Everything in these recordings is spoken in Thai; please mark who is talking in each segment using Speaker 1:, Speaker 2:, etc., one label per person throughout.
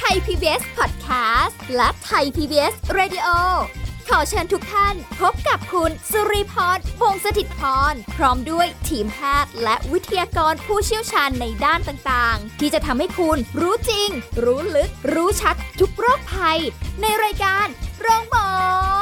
Speaker 1: PBS Podcast และไทย PBS Radio ขอเชิญทุกท่านพบกับคุณสุริพรวงศสถิตพร พร้อมด้วยทีมแพทย์และวิทยากรผู้เชี่ยวชาญในด้านต่างๆ ที่จะทำให้คุณรู้จริง รู้ลึก รู้ชัดทุกโรคภัย ในรายการโรงพยาบาล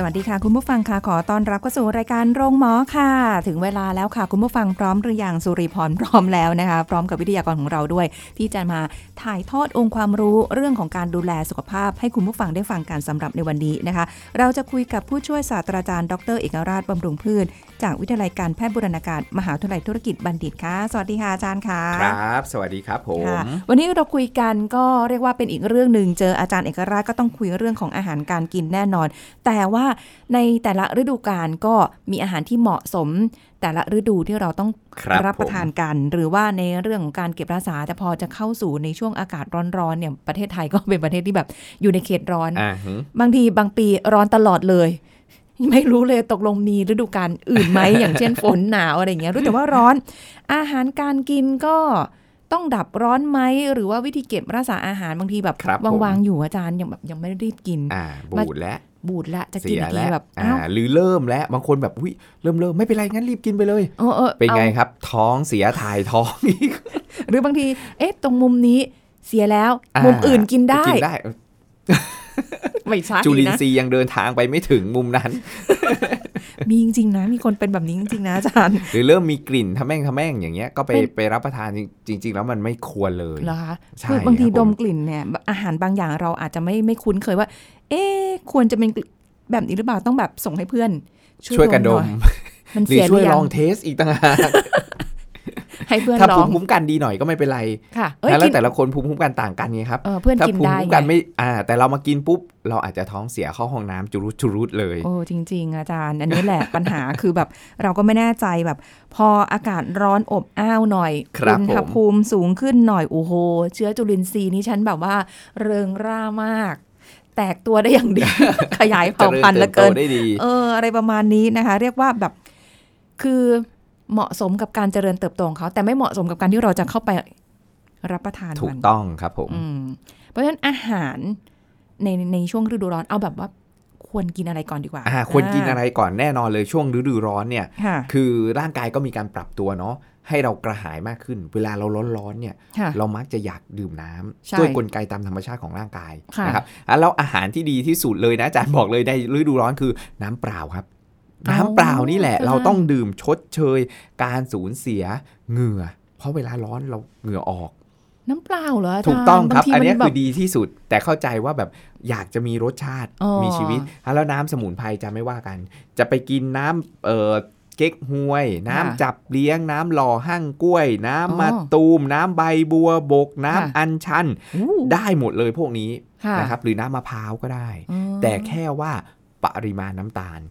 Speaker 2: สวัสดีค่ะ คุณผู้ฟังค่ะขอต้อนรับเข้าสู่รายการโรงหมอค่ะ ถึงเวลาแล้วค่ะ คุณผู้ฟังพร้อมหรือยังสุริพรพร้อมแล้วนะคะ พร้อมกับวิทยากรของเราด้วย ที่จะมาถ่ายทอดองค์ความรู้เรื่องของการดูแลสุขภาพ ให้คุณผู้ฟังได้ฟังกันสำหรับในวันนี้นะคะ เราจะคุยกับผู้ช่วยศาสตราจารย์ดรเอกราชบำรุงพืช จากวิทยาลัยการแพทย์บูรณาการมหาวิทยาลัยธุรกิจบัณฑิตค่ะ สวัสดีค่ะอาจารย์ค่ะ
Speaker 3: ครับ สวัสดีครับผม
Speaker 2: ค่ะวันนี้เราคุยกันก็เรียกว่าเป็นอีกเรื่องหนึ่งเจออาจารย์เอกราชก็ต้องคุยเรื่องของอาหารการกินแน่นอน แต่ว่าในแต่ละฤดูกาลก็มีอาหารที่เหมาะสม แต่ละฤดูที่เราต้อง
Speaker 3: ครับ
Speaker 2: รับประทานกัน หรือว่าในเรื่องของการเก็บรักษาแต่พอจะเข้าสู่ในช่วงอากาศร้อนๆเนี่ยประเทศไทยก็เป็นประเทศที่แบบอยู่ในเขตร้อน
Speaker 3: อ่าหือบ
Speaker 2: างทีบางปีร้อนตลอดเลย ไม่รู้เลยตกลงมีฤดูกาลอื่นไหม อย่างเช่นฝนหนาวอะไรอย่างเงี้ยรู้แต่ว่าร้อน อาหารการกินก็ต้องดับร้อนไหมหรือว่าวิธีเก็บรักษาอาหารบางทีแบบ
Speaker 3: ครับผม
Speaker 2: วางๆอยู่อาจารย์ยังแบบยังไม่รีบกิน
Speaker 3: อ่า บูดและ
Speaker 2: บูดละจะกิ
Speaker 3: เสี
Speaker 2: น
Speaker 3: ย
Speaker 2: อีกที
Speaker 3: และ
Speaker 2: แบบ
Speaker 3: อ่า
Speaker 2: อ้าว
Speaker 3: หรือเริ่มแล้วบางคนแบบวิเริ่มเริ่มไม่เป็นไรงั้นรีบกินไปเลย
Speaker 2: เออเออ
Speaker 3: เป็นไง
Speaker 2: อา
Speaker 3: ครับ ท้องเสียถ่ายท้องอีก
Speaker 2: หรือบางที เอ๊ะ ตรงมุมนี้เสียแล้ว
Speaker 3: า
Speaker 2: มุมอื่นกิน ได้
Speaker 3: กินได้
Speaker 2: ไม่ใช่
Speaker 3: จุลิน
Speaker 2: นะ
Speaker 3: ทรีย์ยังเดินทางไปไม่ถึงมุม นั้น
Speaker 2: มีจริงๆนะ มีคนเป็นแบบนี้จริงๆนะอาจารย์
Speaker 3: หรือเริ่มมีกลิ่นทำแม่งทำแม่งอย่างเงี้ย ก็ไป
Speaker 2: เป็น
Speaker 3: ไปรับประทานจริงจริง ๆ แล้วมันไม่ควรเลย
Speaker 2: เหรอคะ
Speaker 3: ใช่
Speaker 2: คือบางที
Speaker 3: ครับผม
Speaker 2: ดมกลิ่นเนี่ยอาหารบางอย่างเราอาจจะไม่ไม่คุ้นเคยว่า เอ๊ะควรจะเป็นกลิ่นแบบนี้หรือเปล่าต้องแบบส่งให้เพื่อน
Speaker 3: ช่วยกันดม
Speaker 2: หอยมัน
Speaker 3: หรือ
Speaker 2: เสียห
Speaker 3: ช่ว
Speaker 2: รื
Speaker 3: ย
Speaker 2: อยั
Speaker 3: ล
Speaker 2: ง
Speaker 3: องเทสอีกต่างหาก
Speaker 2: ให้ เพื่อน
Speaker 3: ถ้า
Speaker 2: ล
Speaker 3: ภู
Speaker 2: อง
Speaker 3: มิคุ้มกันดีหน่อยก็ไม่เป็นไร
Speaker 2: ค่ะ เอ้ย
Speaker 3: นะแล้
Speaker 2: กิ
Speaker 3: วน แต่ละคนภูมิคุ้มกันต่างกันไงครับ
Speaker 2: เออเพื่อน
Speaker 3: ถ้า
Speaker 2: กิน
Speaker 3: ภูมิ
Speaker 2: ได้
Speaker 3: คุ้มกัน
Speaker 2: ไง
Speaker 3: ไม่ อ่า แต่เรามากินปุ๊บ เราอาจจะท้องเสียเข้าห้องน้ำจุรุดจุรุดเลย
Speaker 2: โอ้จริง ๆ อาจารย์ อันนี้แหละ ปัญหาคือแบบเราก็ไม่แน่ใจแบบ พออากาศร้อนอบอ้าวหน่อย
Speaker 3: ครับ
Speaker 2: อุณห
Speaker 3: ผม
Speaker 2: ภูมิสูงขึ้นหน่อยโอ้โหเชื้อจุลินทรีย์นี่ฉันแบบว่า เริงร่ามาก แตกตัวได้อย่างดี ขยายเผ่าพันธุ์เหลือ
Speaker 3: เจ
Speaker 2: เกิ
Speaker 3: ริ
Speaker 2: น
Speaker 3: ญเติบโตได้ดี
Speaker 2: เอออะไรประมาณนี้นะคะ เรียกว่าแบบคือเหมาะสมกับการเจริญเติบโตของเขา แต่ไม่เหมาะสมกับการที่เราจะเข้าไปรับประทาน
Speaker 3: ถูก
Speaker 2: มัน
Speaker 3: ต้องครับผม
Speaker 2: อืมเพราะฉะนั้นอาหารในในช่วงฤดูร้อนเอาแบบว่า ควรกินอะไรก่อนดีกว่า
Speaker 3: อ่า ควรกินอะไรก่อนแน่นอนเลยช่วงฤดูร้อนเนี่ย
Speaker 2: ค่ะ
Speaker 3: คือร่างกายก็มีการปรับตัวเนาะ ให้เรากระหายมากขึ้น เวลาเราร้อนๆเนี่ย
Speaker 2: ค่ะ
Speaker 3: เรามักจะอยากดื่มน้ำ
Speaker 2: ใช่
Speaker 3: ด้วยกลไกตามธรรมชาติของร่างกาย
Speaker 2: ค่ะ
Speaker 3: นะครับอ่ะแล้วอาหารที่ดีที่สุดเลยนะอาจารย์บอกเลยในฤดูร้อนคือน้ำเปล่าครับ น้ำเปล่านี่แหละ เราต้องดื่มชดเชย การสูญเสียเหงื่อ เพราะเวลาร้อนเราเหงื่อออก
Speaker 2: น้ำเปล่าเหรออาจารย์
Speaker 3: ถูกต้องครับ
Speaker 2: าที
Speaker 3: อันเนี้ย
Speaker 2: มัแ
Speaker 3: คือดีที่สุด แต่เข้าใจว่าแบบอยากจะมีรสชาติ
Speaker 2: อ๋อ
Speaker 3: มีชีวิตอ่ะแล้วน้ำสมุนไพรจะไม่ว่ากัน จะไปกินน้ำเอ่อเก๊กฮวย น้ำจับเลี้ยง น้ำหล่อห้างกล้วย น้ำมะตูม น้ำใบบัวบก น้ำอัญชัน
Speaker 2: อู้
Speaker 3: ได้หมดเลยพวกนี้
Speaker 2: ค่ะ
Speaker 3: นะครับ หรือน้ำมะพร้าวก็ได้
Speaker 2: อืม
Speaker 3: แต่แค่ว่าปริมาณน้ำตาล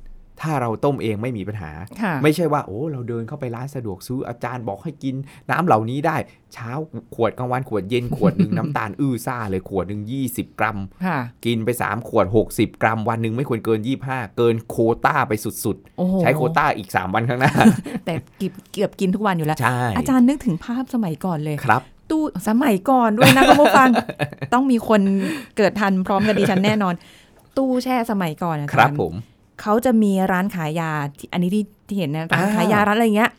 Speaker 3: ถ้าเราต้มเองไม่มีปัญหา
Speaker 2: ค่ะ
Speaker 3: ไม่ใช่ว่าโอ้เราเดินเข้าไปร้านสะดวกซื้ออาจารย์บอกให้กินน้ำเหล่านี้ได้ เช้าขวดกลางวันขวดเย็นขวดหนึ่ง น้ำตาลอื้อซ่าเลยขวดหนึ่ง20 กรัม
Speaker 2: ค่ะ
Speaker 3: กินไป 3 ขวด 60 กรัม วันหนึ่งไม่ควรเกิน 25 เกินโควต้าไปสุด
Speaker 2: โอ้โห
Speaker 3: ๆ ใช้โควต้าอีก 3 วันข้างหน้า
Speaker 2: แต่เกือบเกือบกินทุกวันอยู่แล้ว
Speaker 3: ใช่
Speaker 2: อาจารย์นึกถึงภาพสมัยก่อนเลย
Speaker 3: ครับ
Speaker 2: ตู้สมัยก่อนด้วยนะ คุณผู้ฟั ง ต้องมีคนเกิดทันพร้อมกับดิฉันแน่น อน ตู้แช่สมัยก่อนอะ
Speaker 3: ครับ
Speaker 2: อาจาย์
Speaker 3: ผม
Speaker 2: เขาจะมีร้านขายยาที่อันนี้ที่ที่เห็นนะร้าน
Speaker 3: อ่า
Speaker 2: ขายยาร้านอะไรเงี้ย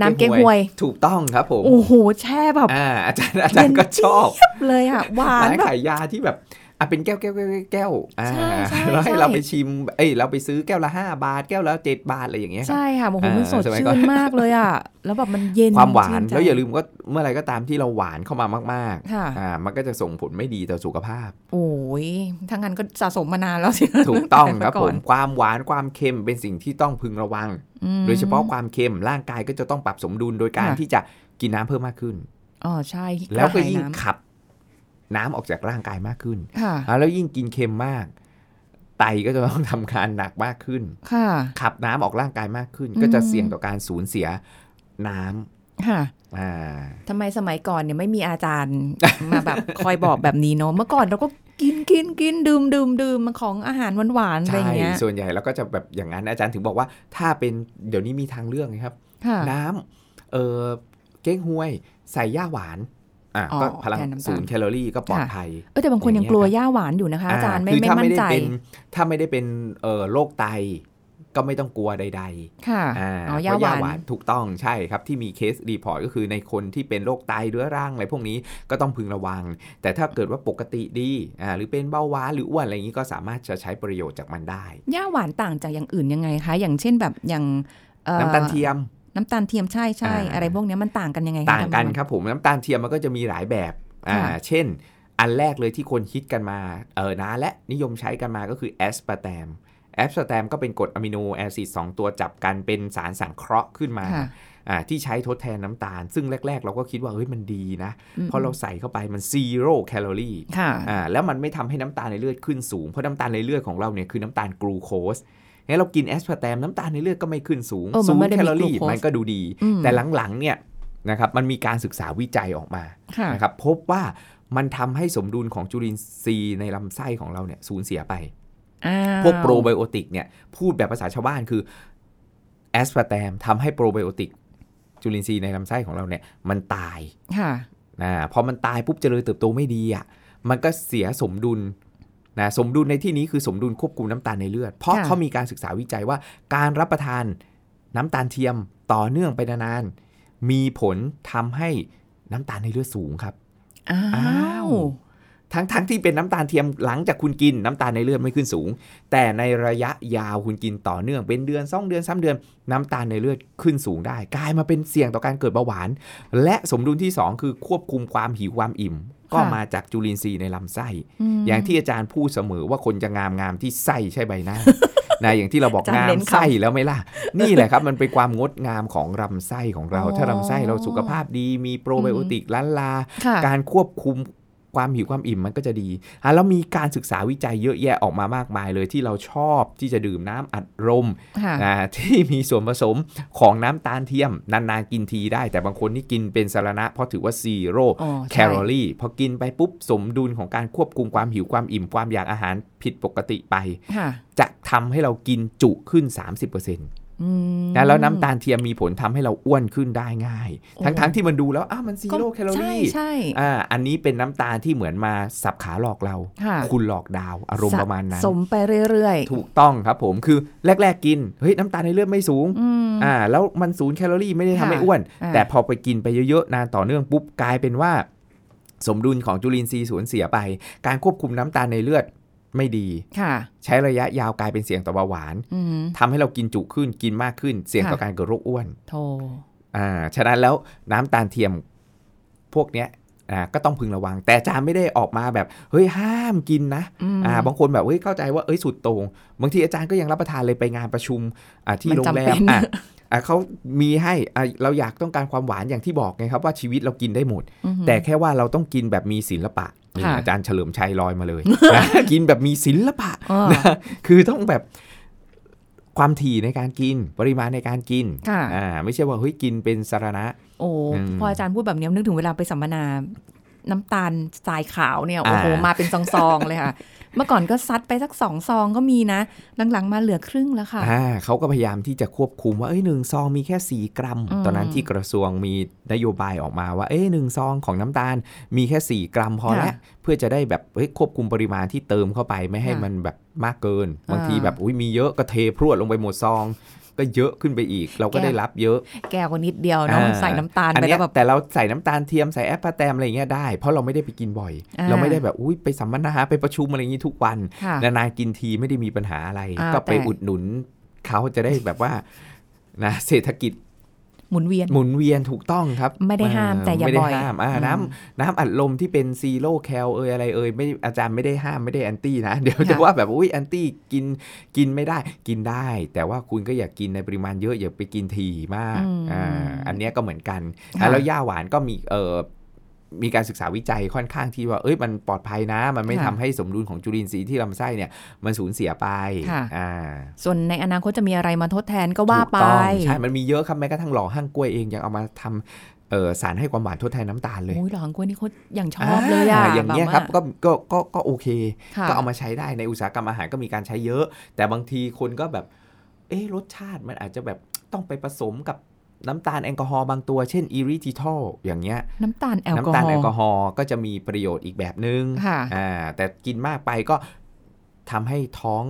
Speaker 2: น้ำเก๊กฮวย
Speaker 3: ถูกต้องครับผม
Speaker 2: โอ้โหแช่แบบ
Speaker 3: อ่าอาจารย์อาจารย์ก็ชอบ
Speaker 2: เจี๊ยบเลย อ่ะหวาน
Speaker 3: ร้าน
Speaker 2: แบบ
Speaker 3: ขายยาที่แบบอ่ะเป็นแก้วแก้วแก้วแก้วแก้วอ่า
Speaker 2: ใช่ใช่
Speaker 3: แล้วให้
Speaker 2: ใช่
Speaker 3: เราไปชิมเอ้ยเราไปซื้อแก้วละ 5 บาท แก้วละ7บาทอะไรอย่างเงี้ยครับ
Speaker 2: ใช่ค่ะโอ้โห
Speaker 3: อ่ามั
Speaker 2: มันสด
Speaker 3: สมัย
Speaker 2: ชื่
Speaker 3: ก่อน
Speaker 2: นมากเลย อ่ะ แล้วแบบมันเย็น
Speaker 3: ความหวาน
Speaker 2: ชื่ใจ
Speaker 3: แล้วอย่าลืมว่าเมื่อไหรก็ตามที่เราหวานเข้ามามาก
Speaker 2: ค่ะ
Speaker 3: ๆอ่ามันก็จะส่งผลไม่ดีต่อสุขภา พ
Speaker 2: โอ้ยทั้างนั้นก็สะสมมานานแล้วสิ
Speaker 3: ถูกต้องครับ
Speaker 2: แต่
Speaker 3: ผ
Speaker 2: ก่น
Speaker 3: มความหวานความเค็มเป็นสิ่งที่ต้องพึงระวัง
Speaker 2: อืม
Speaker 3: โดยเฉพาะความเค็มร่างกายก็จะต้องปรับสมดุลโดยการ
Speaker 2: ค่ะ
Speaker 3: ที่จะกินน้ำเพิ่มมากขึ้น
Speaker 2: อ๋อใช่
Speaker 3: แล้วก็ยิ่ง
Speaker 2: ระหาน้
Speaker 3: ขับ น้ำออกจากร่างกายมากขึ้น
Speaker 2: ำค่ะ
Speaker 3: อ่าแล้วยิ่งกินเค็มมาก ไตก็จะต้องทำงานหนักมากขึ้น
Speaker 2: ค่ะ
Speaker 3: ขับน้ำออกร่างกายมากขึ้น
Speaker 2: อืม
Speaker 3: ก็จะเสี่ยงต่อการสูญเสียน้ำ
Speaker 2: ค่ะ
Speaker 3: อ่า
Speaker 2: ทำไมสมัยก่อนเนี่ยไม่มีอาจารย์ มาแบบคอยบอกแบบนี้เนาะเมื่อก่อนเราก็กินกินกินดื่มดื่มดื่มมันของอาหารหวานๆอะไร
Speaker 3: ใช่
Speaker 2: อย่างเงี้ย
Speaker 3: ส่วนใหญ่แล้วก็จะแบบอย่างนั้นอาจารย์ถึงบอกว่าถ้าเป็นเดี๋ยวนี้มีทางเลือกนะครับ
Speaker 2: ค่ะ
Speaker 3: น้ำเออ เก้งห้วย ใส่ย่าหวานอ่ะ
Speaker 2: อ๋อ
Speaker 3: ก็พลัง
Speaker 2: แทนน้ำตาล
Speaker 3: ศูนย์แคลอรี่ก็ปลอด
Speaker 2: ค่ะ
Speaker 3: ภัย
Speaker 2: เออแต่บางคน
Speaker 3: อ
Speaker 2: ยั
Speaker 3: ย่าง
Speaker 2: ง
Speaker 3: เงี้ย
Speaker 2: กลัวย่าหวานอยู่นะคะอาจารย์ไม่
Speaker 3: คื
Speaker 2: ไม่
Speaker 3: ถ้า
Speaker 2: มั่น
Speaker 3: ได้
Speaker 2: ใจ
Speaker 3: เป็นถ้าไม่ได้เป็นเอ่อโรคไตก็ไม่ต้องกลัวใด ๆ
Speaker 2: ค่ะ
Speaker 3: อ่า
Speaker 2: อ๋อ
Speaker 3: เพ
Speaker 2: ย่า
Speaker 3: ระ
Speaker 2: หวาน
Speaker 3: ถูกต้องใช่ครับ ที่มีเคสรีพอร์ตก็คือในคนที่เป็นโรคไตเรื้อรังอะไรพวกนี้ก็ต้องพึงระวัง แต่ถ้าเกิดว่าปกติดีอ่าหรือเป็นเบาหวานหรืออ้วนอะไรอย่างนี้ก็สามารถจะใช้ประโยชน์จากมันได้
Speaker 2: ย่าหวานต่างจากอย่างอื่นยังไงคะ อย่างเช่นแบบอย่างอ่อ
Speaker 3: น้ำตาลเทียม
Speaker 2: น้ำตาลเทียมใช่ใช่
Speaker 3: อ่า
Speaker 2: อะไรพวกเนี้ยมันต่างกันยังไงคะ
Speaker 3: ต่างกัน
Speaker 2: อาจารย์
Speaker 3: ครับผมน้ำตาลเทียมมันก็จะมีหลายแบบอ่า
Speaker 2: ค่ะ
Speaker 3: เช่น อันแรกเลยที่คนคิดกันมาเออนานและนิยมใช้กันมาก็คือแอสปาร์แตมแอสปาร์แตมก็เป็นกรดอะมิโนแอซิดสองตัวจับกันเป็นสารสังเคราะห์ขึ้นมา
Speaker 2: ค่ะ
Speaker 3: อ่าที่ใช้ทดแทนน้ำตาล ซึ่งแรก ๆ เราก็คิดว่าเฮ้ยมันดีนะ
Speaker 2: อืม
Speaker 3: เพราะเราใส่เข้าไปมันซีโร่แคลอรี่
Speaker 2: ค่ะ
Speaker 3: อ่าแล้วมันไม่ทำให้น้ำตาลในเลือดขึ้นสูง เพราะน้ำตาลในเลือดของเราเนี่ยคือน้ำตาลกลูโคสงั้นเรากินแอสพาร์แตมน้ำตาลในเลือดก็ไม่ขึ้นสูง
Speaker 2: เออมั
Speaker 3: ศู
Speaker 2: น
Speaker 3: น
Speaker 2: ไม่
Speaker 3: ย์
Speaker 2: ได้
Speaker 3: แค
Speaker 2: มี
Speaker 3: ลอรี่
Speaker 2: glucose
Speaker 3: มันก็ดูดี
Speaker 2: อืม
Speaker 3: แต่หลังๆเนี่ยนะครับมันมีการศึกษาวิจัยออกมา
Speaker 2: ค่ะ
Speaker 3: นะครับพบว่ามันทำให้สมดุลของจุลินทรีย์ในลำไส้ของเราเนี่ยสูญเสียไป
Speaker 2: อ้า
Speaker 3: พวกโปรไบโอติกเนี่ยพูดแบบภาษาชาวบ้านคือแอสพาร์แตมทำให้โปรไบโอติกจุลินทรีย์ในลำไส้ของเราเนี่ยมันตาย
Speaker 2: ค่ะ
Speaker 3: นะพอมันตายปุ๊บเจริญเติบโตไม่ดีอะ่ะมันก็เสียสมดุลนะสมดุลในที่นี้คือสมดุลควบคุมน้ำตาลในเลือด เพราะ
Speaker 2: ค่ะ
Speaker 3: เขามีการศึกษาวิจัยว่าการรับประทานน้ำตาลเทียมต่อเนื่องไปนานๆมีผลทำให้น้ำตาลในเลือดสูงครับ
Speaker 2: อ้า
Speaker 3: อ้าว ว ทั้งๆที่เป็นน้ำตาลเทียมหลังจากคุณกินน้ำตาลในเลือดไม่ขึ้นสูง แต่ในระยะยาวคุณกินต่อเนื่องเป็นเดือนสองเดือนสามเดือน น้ำตาลในเลือดขึ้นสูงได้ กลายมาเป็นเสี่ยงต่อการเกิดเบาหวาน และสมดุลที่สองคือควบคุมความหิวความอิ่ม ก็
Speaker 2: ค่ะ
Speaker 3: มาจากจุลินทรีย์ในลำไส้
Speaker 2: ม
Speaker 3: อย่างที่อาจารย์พูดเสมอว่าคนจะงามงามที่ไส้ใช่ใบ หน้า นะอย่างที่เราบอก
Speaker 2: อาจารย์
Speaker 3: งา
Speaker 2: เน้
Speaker 3: ม
Speaker 2: นคำ
Speaker 3: ไส้แล้วไหม่ล่ะ นี่แหละครับ มันเป็นความงดงามของลำไส้ของเรา
Speaker 2: อ๋อ
Speaker 3: ถ้าลำไส้เราสุขภาพดีมีโปรไบโอติกล้านลา
Speaker 2: ค่ะ
Speaker 3: การควบคุมความหิวความอิ่มมันก็จะดีอ่ะแล้วมีการศึกษาวิจัยเยอะแยะออกมามากมายเลยที่เราชอบที่จะดื่มน้ำอัดลม
Speaker 2: ค่ะ
Speaker 3: อ่าที่มีส่วนผสมของน้ำตาลเทียม นานๆกินทีได้ แต่บางคนนี่กินเป็นสารณะเพราะถือว่าซีโร่
Speaker 2: อ๋อ
Speaker 3: แค
Speaker 2: ใช่
Speaker 3: ลอรี่พอกินไปปุ๊บสมดุลของการควบคุมความหิวความอิ่มความอยากอาหารผิดปกติไป
Speaker 2: ค่ะ
Speaker 3: จะทำให้เรากินจุขึ้น 30%
Speaker 2: อืม
Speaker 3: นะแล้วน้ำตาลเทียมมีผลทำให้เราอ้วนขึ้นได้ง่าย
Speaker 2: โอ้
Speaker 3: ทั้งๆที่มันดูแล้วอ้าวมันซี
Speaker 2: ก็
Speaker 3: โร่แคลอ
Speaker 2: ใช่
Speaker 3: รี่
Speaker 2: ใช่
Speaker 3: อ่าอันนี้เป็นน้ำตาลที่เหมือนมาสับขาหลอกเรา
Speaker 2: ค่ะ
Speaker 3: ณหลอกดาวอารมณ์ประมาณนั้น
Speaker 2: สมไปเรื่อยๆ
Speaker 3: ถูกต้องครับผมคือแรก ๆ กินเฮ้ยน้ำตาลในเลือดไม่สูง
Speaker 2: อืม
Speaker 3: อ่าแล้วมันศูนย์แคลอรี่ไม่ได้ทำให้
Speaker 2: ค่ะ
Speaker 3: อ้วน
Speaker 2: อ่า
Speaker 3: แต่พอไปกินไปเยอะๆ นานต่อเนื่องปุ๊บกลายเป็นว่า สมดุลของจุลินทรีย์สูญเสียไป การควบคุมน้ำตาลในเลือดไม่ดี
Speaker 2: ค่ะ
Speaker 3: ใช้ระยะยาวกลายเป็นเสี่ยงต่อเบาหวาน
Speaker 2: อืม
Speaker 3: ทำให้เรากินจุขึ้นกินมากขึ้น เสี่ยงต่อ
Speaker 2: ค่ะ
Speaker 3: การเกิดโรคอ้วน
Speaker 2: โทร
Speaker 3: อ่าฉะนั้นแล้วน้ำตาลเทียมพวกเนี้ยอ่าก็ต้องพึงระวัง แต่อาจารย์ไม่ได้ออกมาแบบเฮ้ยห้ามกินนะ
Speaker 2: อืม
Speaker 3: อ่าบางคนแบบเฮ้ยเข้าใจว่าเอ้ยสุดโตรงบางทีอาจารย์ก็ยังรับประทานเลยไปงานประชุมอ่าที่
Speaker 2: มัน
Speaker 3: โรงแร
Speaker 2: จำเป็
Speaker 3: ม
Speaker 2: น
Speaker 3: อ่ะอ่ะเขามีให้อ่ะเราอยากต้องการความหวานอย่างที่บอกไงครับว่าชีวิตเรากินได้หมด
Speaker 2: อืม
Speaker 3: แต่แค่ว่าเราต้องกินแบบมีศิลปะนี่
Speaker 2: ค่ะ
Speaker 3: อาจารย์เฉลิมชัยลอยมา เลยนะ กินแบบมีศิลปะ
Speaker 2: อ๋อ
Speaker 3: นะคือต้องแบบความถี่ในการกินปริมาณในการกิน
Speaker 2: ค่ะ
Speaker 3: อ่าไม่ใช่ว่าเฮ้ยกินเป็นสารณะ
Speaker 2: โอ้
Speaker 3: อืม
Speaker 2: พออาจารย์พูดแบบนี้นึกถึงเวลาไปสัมมนา น้ำตาลทรายขาวเนี่ย
Speaker 3: อ่า
Speaker 2: โอ้โห มาเป็นซองๆเลย ค่ะ เมื่อก่อนก็ซัดไปสักสองซองก็มีนะ หลังๆมาเหลือครึ่งแล้วค่ะ
Speaker 3: อ่าเขาก็พยายามที่จะควบคุมว่าเอ้ยหนึ่งซองมีแค่สี่กรัม
Speaker 2: อืม
Speaker 3: ตอนนั้นที่กระทรวงมีนโยบายออกมาว่าเอ้ยหนึ่งซองของน้ำตาลมีแค่สี่กรัมพอ
Speaker 2: ค่ะ
Speaker 3: แล้วเพื่อจะได้แบบเฮ้ยควบคุมปริมาณที่เติมเข้าไปไม่ให้
Speaker 2: ค่ะ
Speaker 3: มันแบบมากเกิน บาง
Speaker 2: อ่า
Speaker 3: ทีแบบอุ้ยมีเยอะก็เทพรวดลงไปหมดซอง ก็เยอะขึ้นไปอีก เราก็
Speaker 2: แก้ว
Speaker 3: ได้รับเยอะ
Speaker 2: แก้วก็นิดเดียวเนาะ
Speaker 3: อ่า
Speaker 2: ใส่น้ำตาล
Speaker 3: อัน
Speaker 2: ไป
Speaker 3: เนี้
Speaker 2: แล้
Speaker 3: ยว
Speaker 2: แบบ
Speaker 3: แต่เราใส่น้ำตาลเทียมใส่แอปเปิลแตมอะไรอย่างเงี้ยได้ เพราะเราไม่ได้ไปกินบ่อย
Speaker 2: อ่า
Speaker 3: เราไม่ได้แบบอุ้ยไปสัมมนาไปประชุมอะไรอย่างงี้ทุกวัน
Speaker 2: ค่ะ
Speaker 3: นานๆกินทีไม่ได้มีปัญหาอะไร
Speaker 2: อ่า
Speaker 3: ก็ไป
Speaker 2: แต่
Speaker 3: อุดหนุนเขาจะได้แบบว่านะเศรษฐกิจ
Speaker 2: หมุนเวียน
Speaker 3: หมุนเวียนถูกต้องครับ
Speaker 2: ไม่ได้ห้าม
Speaker 3: เ
Speaker 2: แต่อย่า
Speaker 3: ไม่ได้
Speaker 2: บ่อย
Speaker 3: ห้ามอ่า
Speaker 2: อืม
Speaker 3: น้ำน้ำอัดลมที่เป็นซีโร่แคลเอยอะไรเอยไม่อาจารย์ไม่ได้ห้ามไม่ได้แอนตี้นะ เดี๋ยวจะ
Speaker 2: ค่ะ
Speaker 3: ว่าแบบอุ้ยแอนตี้กินกินไม่ได้กินได้ แต่ว่าคุณก็อย่ากกินในปริมาณเยอะอย่าไปกินทีมากอ่าอันเนี้ยก็เหมือนกัน
Speaker 2: ค่ะ
Speaker 3: แล้วย่าหวานก็มีเอ่อมีการศึกษาวิจัยค่อนข้างที่ว่าเอ้ยมันปลอดภัยนะ มันไม่
Speaker 2: ค่ะ
Speaker 3: ทำให้สมดุลของจุลินทรีย์ที่ลำไส้เนี่ย มันสูญเสียไป
Speaker 2: ค่ะ
Speaker 3: อ่า
Speaker 2: ส่วนในอนาคตจะมีอะไรมาทดแทนก็ว่าไป
Speaker 3: ถูกต้องใช่ มันมีเยอะครับแม้กระทั่งหล่อห้างกล้วยเองยังเอามาทำเอ่อสารให้ความหวานทดแทนน้ำตาลเลย
Speaker 2: โอ้ยหลองกล้วยนี่เขาอย่างชอบเลยอะ
Speaker 3: อย่างเงี้ย
Speaker 2: แ
Speaker 3: ครับก็ก็ก็ก็โอเค
Speaker 2: ค่ะ
Speaker 3: ก็เอามาใช้ได้ในอุตสาหกรรมอาหารก็มีการใช้เยอะ แต่บางทีคนก็แบบ เอ๊ะรสชาติมันอาจจะแบบต้องไปผสมกับ น้ำตาลแอลกอฮอล์บางตัวเช่นอีริทิทอลอย่างเงี้ย
Speaker 2: น้ำตาลแอลกอ
Speaker 3: น้ำตาล
Speaker 2: ฮอ
Speaker 3: แอลกอ
Speaker 2: ล์
Speaker 3: ฮอล์ก็จะมีประโยชน์อีกแบบนึง
Speaker 2: ค่ะ
Speaker 3: อ่าแต่กินมากไปก็ทำให้ท้อง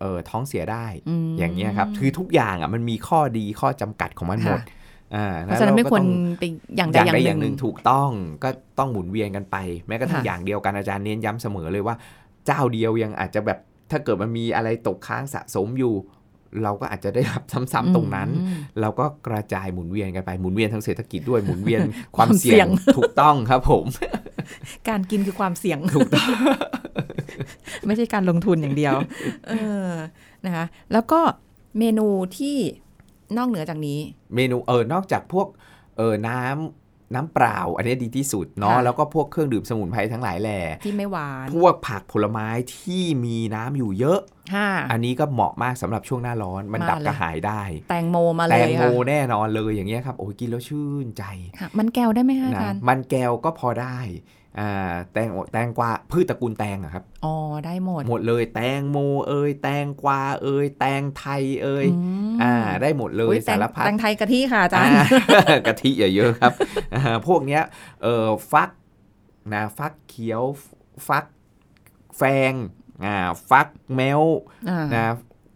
Speaker 3: เออท้องเสียได้
Speaker 2: ม
Speaker 3: อย่างเงี้ยครับ คือทุกอย่างอ่ะมันมีข้อดีข้อจำกัดของมันหมด
Speaker 2: ค่ะ
Speaker 3: อ่า
Speaker 2: เพราะฉะนั้นไม่ควร
Speaker 3: แล้วเาก็ต้อง
Speaker 2: ไปอย่างใดอ
Speaker 3: อย่างใดอ
Speaker 2: ห
Speaker 3: ย่าง อย่างห
Speaker 2: นึ่
Speaker 3: นึ่
Speaker 2: ง
Speaker 3: งถูกต้องก็ต้องหมุนเวียนกันไป แม้กระทั่ง
Speaker 2: ค่ะ
Speaker 3: อย่างเดียวกันอาจารย์เน้นย้ำเสมอเลยว่า เจ้าเดียวยังอาจจะแบบถ้าเกิดมันมีอะไรตกค้างสะสมอยู่ เราก็อาจจะได้รับซ้ำๆตรงนั้น
Speaker 2: อืม
Speaker 3: เราก็กระจายหมุนเวียนกันไปหมุนเวียนทั้งเศรษฐกิจด้วยหมุนเวียน ความ
Speaker 2: ความเสี่
Speaker 3: เสี่ย
Speaker 2: ย
Speaker 3: ง
Speaker 2: ง
Speaker 3: ถูกต้องครับผม
Speaker 2: การกินคือความเสี่ยงถูกต้อง ไม่ใช่การลงทุนอย่างเดียว เออนะคะแล้วก็เมนูที่นอกเหนือจากนี้
Speaker 3: เมนูเออนอกจากพวกเออน้ำน้ำเปล่า อันนี้ดีที่สุดเนาะ
Speaker 2: ค่ะ
Speaker 3: แล้วก็พวกเครื่องดื่มสมุนไพรทั้งหลายแหล่
Speaker 2: ที่ไม่หวาน
Speaker 3: พวกผักผลไม้ที่มีน้ำอยู่เยอะ
Speaker 2: ห้า
Speaker 3: อันนี้ก็เหมาะมากสำหรับช่วงหน้าร้อน มัน
Speaker 2: มา
Speaker 3: ดับ
Speaker 2: เลย
Speaker 3: กระหายได้
Speaker 2: แตงโมมา
Speaker 3: แต
Speaker 2: เลย
Speaker 3: งโม
Speaker 2: ค่ะ
Speaker 3: แน่นอนเลยอย่างเงี้ยครับ โอ้ยกินแล้วชื่นใจ
Speaker 2: ค่ะ มันแก้วได้ไหมคะอา
Speaker 3: นะ
Speaker 2: จารย์
Speaker 3: มันแก้วก็พอได้อ่าแตงโมแตงกวาพืชตระกูลแตงอะครับ
Speaker 2: อ๋อได้หมด
Speaker 3: หมดเลยแตงโมเอยแตงกวาเอยแตงไทยเอย
Speaker 2: อืม
Speaker 3: อ่า ได้หมดเล
Speaker 2: อุ๊
Speaker 3: ย
Speaker 2: แตง
Speaker 3: สารพัด
Speaker 2: แตงไทยกะทิค่ะอาจารย์
Speaker 3: อ่ากะ ทิอย่าเยอะครับอ่าพวกเนี้ยเออฟักนะฟักเขียวฟักแฟงอ่าฟักแมว
Speaker 2: อ่า
Speaker 3: นะ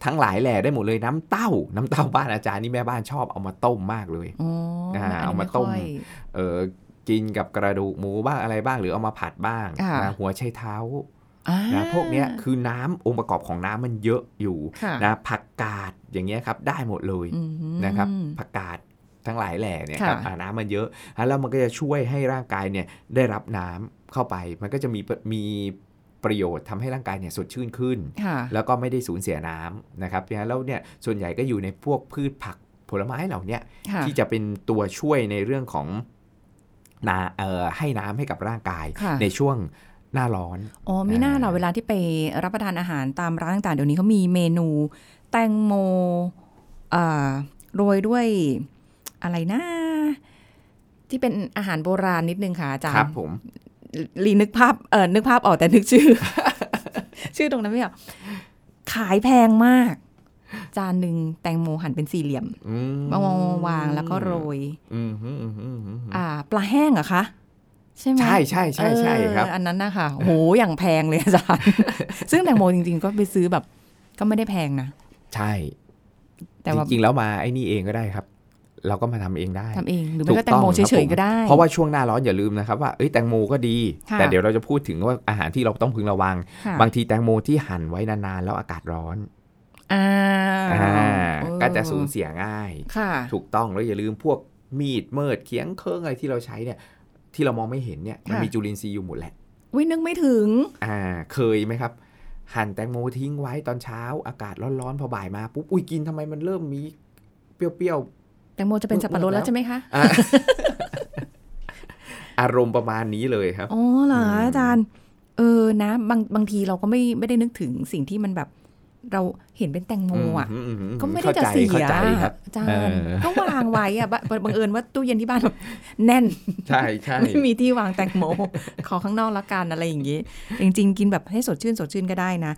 Speaker 3: ทั้งหลายแหล่ได้หมดเลยน้ำเต้า น้ำเต้าบ้านอาจารย์นี่แม่บ้านชอบเอามาต้มมากเลย
Speaker 2: อ๋อ
Speaker 3: อ่า
Speaker 2: อันนี้
Speaker 3: เอามา
Speaker 2: ไค่
Speaker 3: ต้ม
Speaker 2: อย
Speaker 3: เออกินกับกระดูกหมูบ้างอะไรบ้างหรือเอามาผัดบ้าง
Speaker 2: ค่ะ
Speaker 3: นะหัวไชเท้า
Speaker 2: อ่า
Speaker 3: นะพวกเนี้ยคือน้ำองค์ประกอบของน้ำมันเยอะอยู่
Speaker 2: ค่ะ
Speaker 3: นะผักกาดอย่างเงี้ยครับได้หมดเลย
Speaker 2: อืม
Speaker 3: นะครับผักกาดทั้งหลายแหล่เนี่ยครับ
Speaker 2: ค่ะ
Speaker 3: อ่าน้ำมันเยอะอ่ะแล้วมันก็จะช่วยให้ร่างกายเนี่ยได้รับน้ำเข้าไป มันก็จะมีมีประโยชน์ทำให้ร่างกายเนี่ยสดชื่นขึ้น
Speaker 2: ค่ะ
Speaker 3: แล้วก็ไม่ได้สูญเสียน้ำนะครับดังนั้นแล้วเนี่ยส่วนใหญ่ก็อยู่ในพวกพืชผักผลไม้เหล่าเนี้ย
Speaker 2: ค่ะ
Speaker 3: ที่จะเป็นตัวช่วยในเรื่องของนาเอ่อให้น้ำให้กับร่างกาย
Speaker 2: ค่ะ
Speaker 3: ในช่วงหน้าร้อน
Speaker 2: อ๋อมีหน้าเหรา
Speaker 3: อ่า
Speaker 2: เวลาที่ไปรับประทานอาหารตามร้านต่างๆ เดี๋ยวนี้เขามีเมนู แตงโมเอ่อโรยด้วยอะไรนะ ที่เป็นอาหารโบราณนิดนึงค่ะอาจาร
Speaker 3: ครับ
Speaker 2: ย์
Speaker 3: ผม
Speaker 2: ลีนึกภาพเออนึกภาพออกแต่นึกชื่อ ชื่อตรงนั้นไม่ออกขายแพงมาก จานหนึ่งแตงโมหั่นเป็นสี่เหลี่ยม
Speaker 3: อืม
Speaker 2: วางวางวางวางแล้วก็โรย
Speaker 3: อืมฮึอืมฮึอืมฮึ
Speaker 2: อ่า ปลาแห้งเหรอะคะใช่ไหม
Speaker 3: ใช่ใช่ใช่ใช่ครับ
Speaker 2: เอออันนั้นนะคะโห อย่างแพงเลยอา จารย์ ซึ่งแตงโมจริงๆ ก็ไปซื้อแบบ ก็ไม่ได้แพงนะ
Speaker 3: ใช่
Speaker 2: แต่ว่า
Speaker 3: จริงๆแล้วมาไอ้นี่เองก็ได้ครับ เราก็มาทำเองได้
Speaker 2: ทำเอง หรือ
Speaker 3: ถู
Speaker 2: ไม่
Speaker 3: ก
Speaker 2: ก็แตงโม
Speaker 3: ต้องครับ
Speaker 2: เฉย
Speaker 3: ผม
Speaker 2: ๆ ก็ได้
Speaker 3: เพราะว่าช่วงหน้าร้อนอย่าลืมนะครับว่าเอ้ยแตงโมก็ดี
Speaker 2: ค่ะ
Speaker 3: แต่เดี๋ยวเราจะพูดถึงว่าอาหารที่เราต้องพึงระวัง
Speaker 2: ค่ะ
Speaker 3: บางทีแตงโมที่หั่นไว้นานๆ แล้วอากาศร้อน
Speaker 2: อ่า
Speaker 3: อ่า
Speaker 2: เออ
Speaker 3: ก็จะสูญเสียง่าย
Speaker 2: ค่ะ
Speaker 3: ถูกต้องแล้วอย่าลืมพวกมีดเมิดเคียงเคิงอะไรที่เราใช้เนี่ยที่เรามองไม่เห็นเนี่ยมัน
Speaker 2: ค่ะ
Speaker 3: มีจุลินทรีย์อยู่หมดแหละ
Speaker 2: วินึกไม่ถึง
Speaker 3: อ่าเคยไหมครับ หั่นแตงโมทิ้งไว้ตอนเช้า อากาศร้อนๆพอบ่ายมาปุ๊บอุ้ยกินทำไมมันเริ่มมีเปรี้ยวๆ
Speaker 2: แตงโมจะเป็นสับปะรดแล้วใช่ไหมคะ
Speaker 3: อ่ะ อารมณ์ประมาณนี้เลยครับ
Speaker 2: อ๋อเหรอ
Speaker 3: อืม
Speaker 2: อาจารย์ เออนะบางบางทีเราก็ไม่ไม่ได้นึกถึงสิ่งที่มันแบบ เราเห็นเป็นแตงโมอ่ะ
Speaker 3: มมอื
Speaker 2: ก็ไม่ได้
Speaker 3: เข้า
Speaker 2: จะ
Speaker 3: ใจ
Speaker 2: เสีย
Speaker 3: เข้าใจครับ
Speaker 2: อาจารย์
Speaker 3: เออ
Speaker 2: ก็วางไว้อะบ ะบังเอิญว่าตู้เย็นที่บ้านแบบแน่น
Speaker 3: ใช่ใช่
Speaker 2: ไม่มีที่วางแตงโม ขอข้างนอกละกันอะไรอย่างนี้ จริง ๆ กินแบบให้สดชื่นสดชื่นก็ได้นะ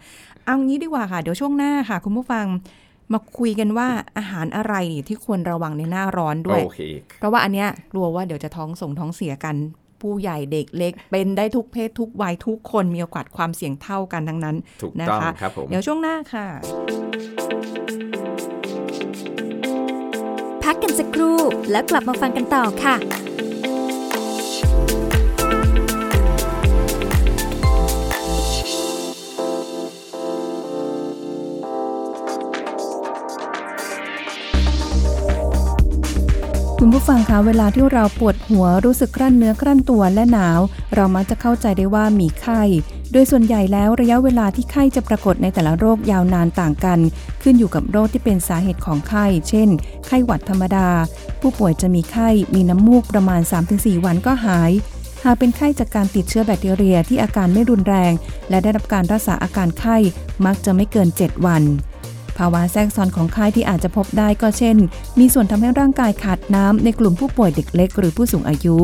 Speaker 2: เอางี้ดีกว่าค่ะ เดี๋ยวช่วงหน้าค่ะ คุณผู้ฟังมาคุยกันว่าอาหารอะไรนี่ที่ควรระวังในหน้าร้อนด้วย
Speaker 3: โอเค
Speaker 2: เพราะว่าอันเนี้ยกลัวว่าเดี๋ยวจะท้องส่งท้องเสียกัน ผู้ใหญ่เด็กเล็ก เป็นได้ทุกเพศทุกวัยทุกคนมีโอกาสความเสี่ยงเท่ากันทั้งนั้น
Speaker 3: ถูก
Speaker 2: นะ
Speaker 3: ต้อง
Speaker 2: คะ
Speaker 3: ครับผม
Speaker 2: เดี๋ยวช่วงหน้าค่ะ
Speaker 1: พักกันสักครู่แล้วกลับมาฟังกันต่อค่ะ
Speaker 2: คุณผู้ฟังคะเวลาที่เราปวดหัวรู้สึกกลั้นเนื้อกลั้นตัวและหนาว เรามักจะเข้าใจได้ว่ามีไข้ โดยส่วนใหญ่แล้วระยะเวลาที่ไข้จะปรากฏในแต่ละโรคยาวนานต่างกัน ขึ้นอยู่กับโรคที่เป็นสาเหตุของไข้ เช่น ไข้หวัดธรรมดา ผู้ป่วยจะมีไข้มีน้ำมูกประมาณ 3-4 วันก็หาย หากเป็นไข้จากการติดเชื้อแบคทีเรียที่อาการไม่รุนแรง และได้รับการรักษาอาการไข้มักจะไม่เกิน 7 วัน ภาวะแทรกซ้อนของไข้ที่อาจจะพบได้ก็เช่น มีส่วนทำให้ร่างกายขาดน้ำในกลุ่มผู้ป่วยเด็กเล็กหรือผู้สูงอายุ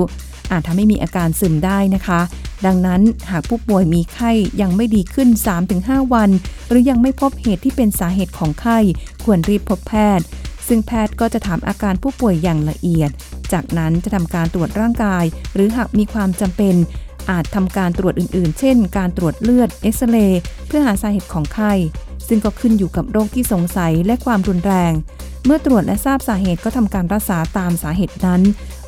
Speaker 2: อาจทำให้มีอาการซึมได้นะคะ ดังนั้นหากผู้ป่วยมีไข้ยังไม่ดีขึ้น 3-5 วัน หรือยังไม่พบเหตุที่เป็นสาเหตุของไข้ ควรรีบพบแพทย์ ซึ่งแพทย์ก็จะถามอาการผู้ป่วยอย่างละเอียด จากนั้นจะทำการตรวจร่างกาย หรือหากมีความจำเป็น อาจทำการตรวจอื่นๆ เช่น การตรวจเลือดเอ็กซเรย์เพื่อหาสาเหตุของไข้ ซึ่งก็ขึ้นอยู่กับโรคที่สงสัยและความรุนแรง เมื่อตรวจและทราบสาเหตุก็ทำการรักษาตามสาเหตุนั้น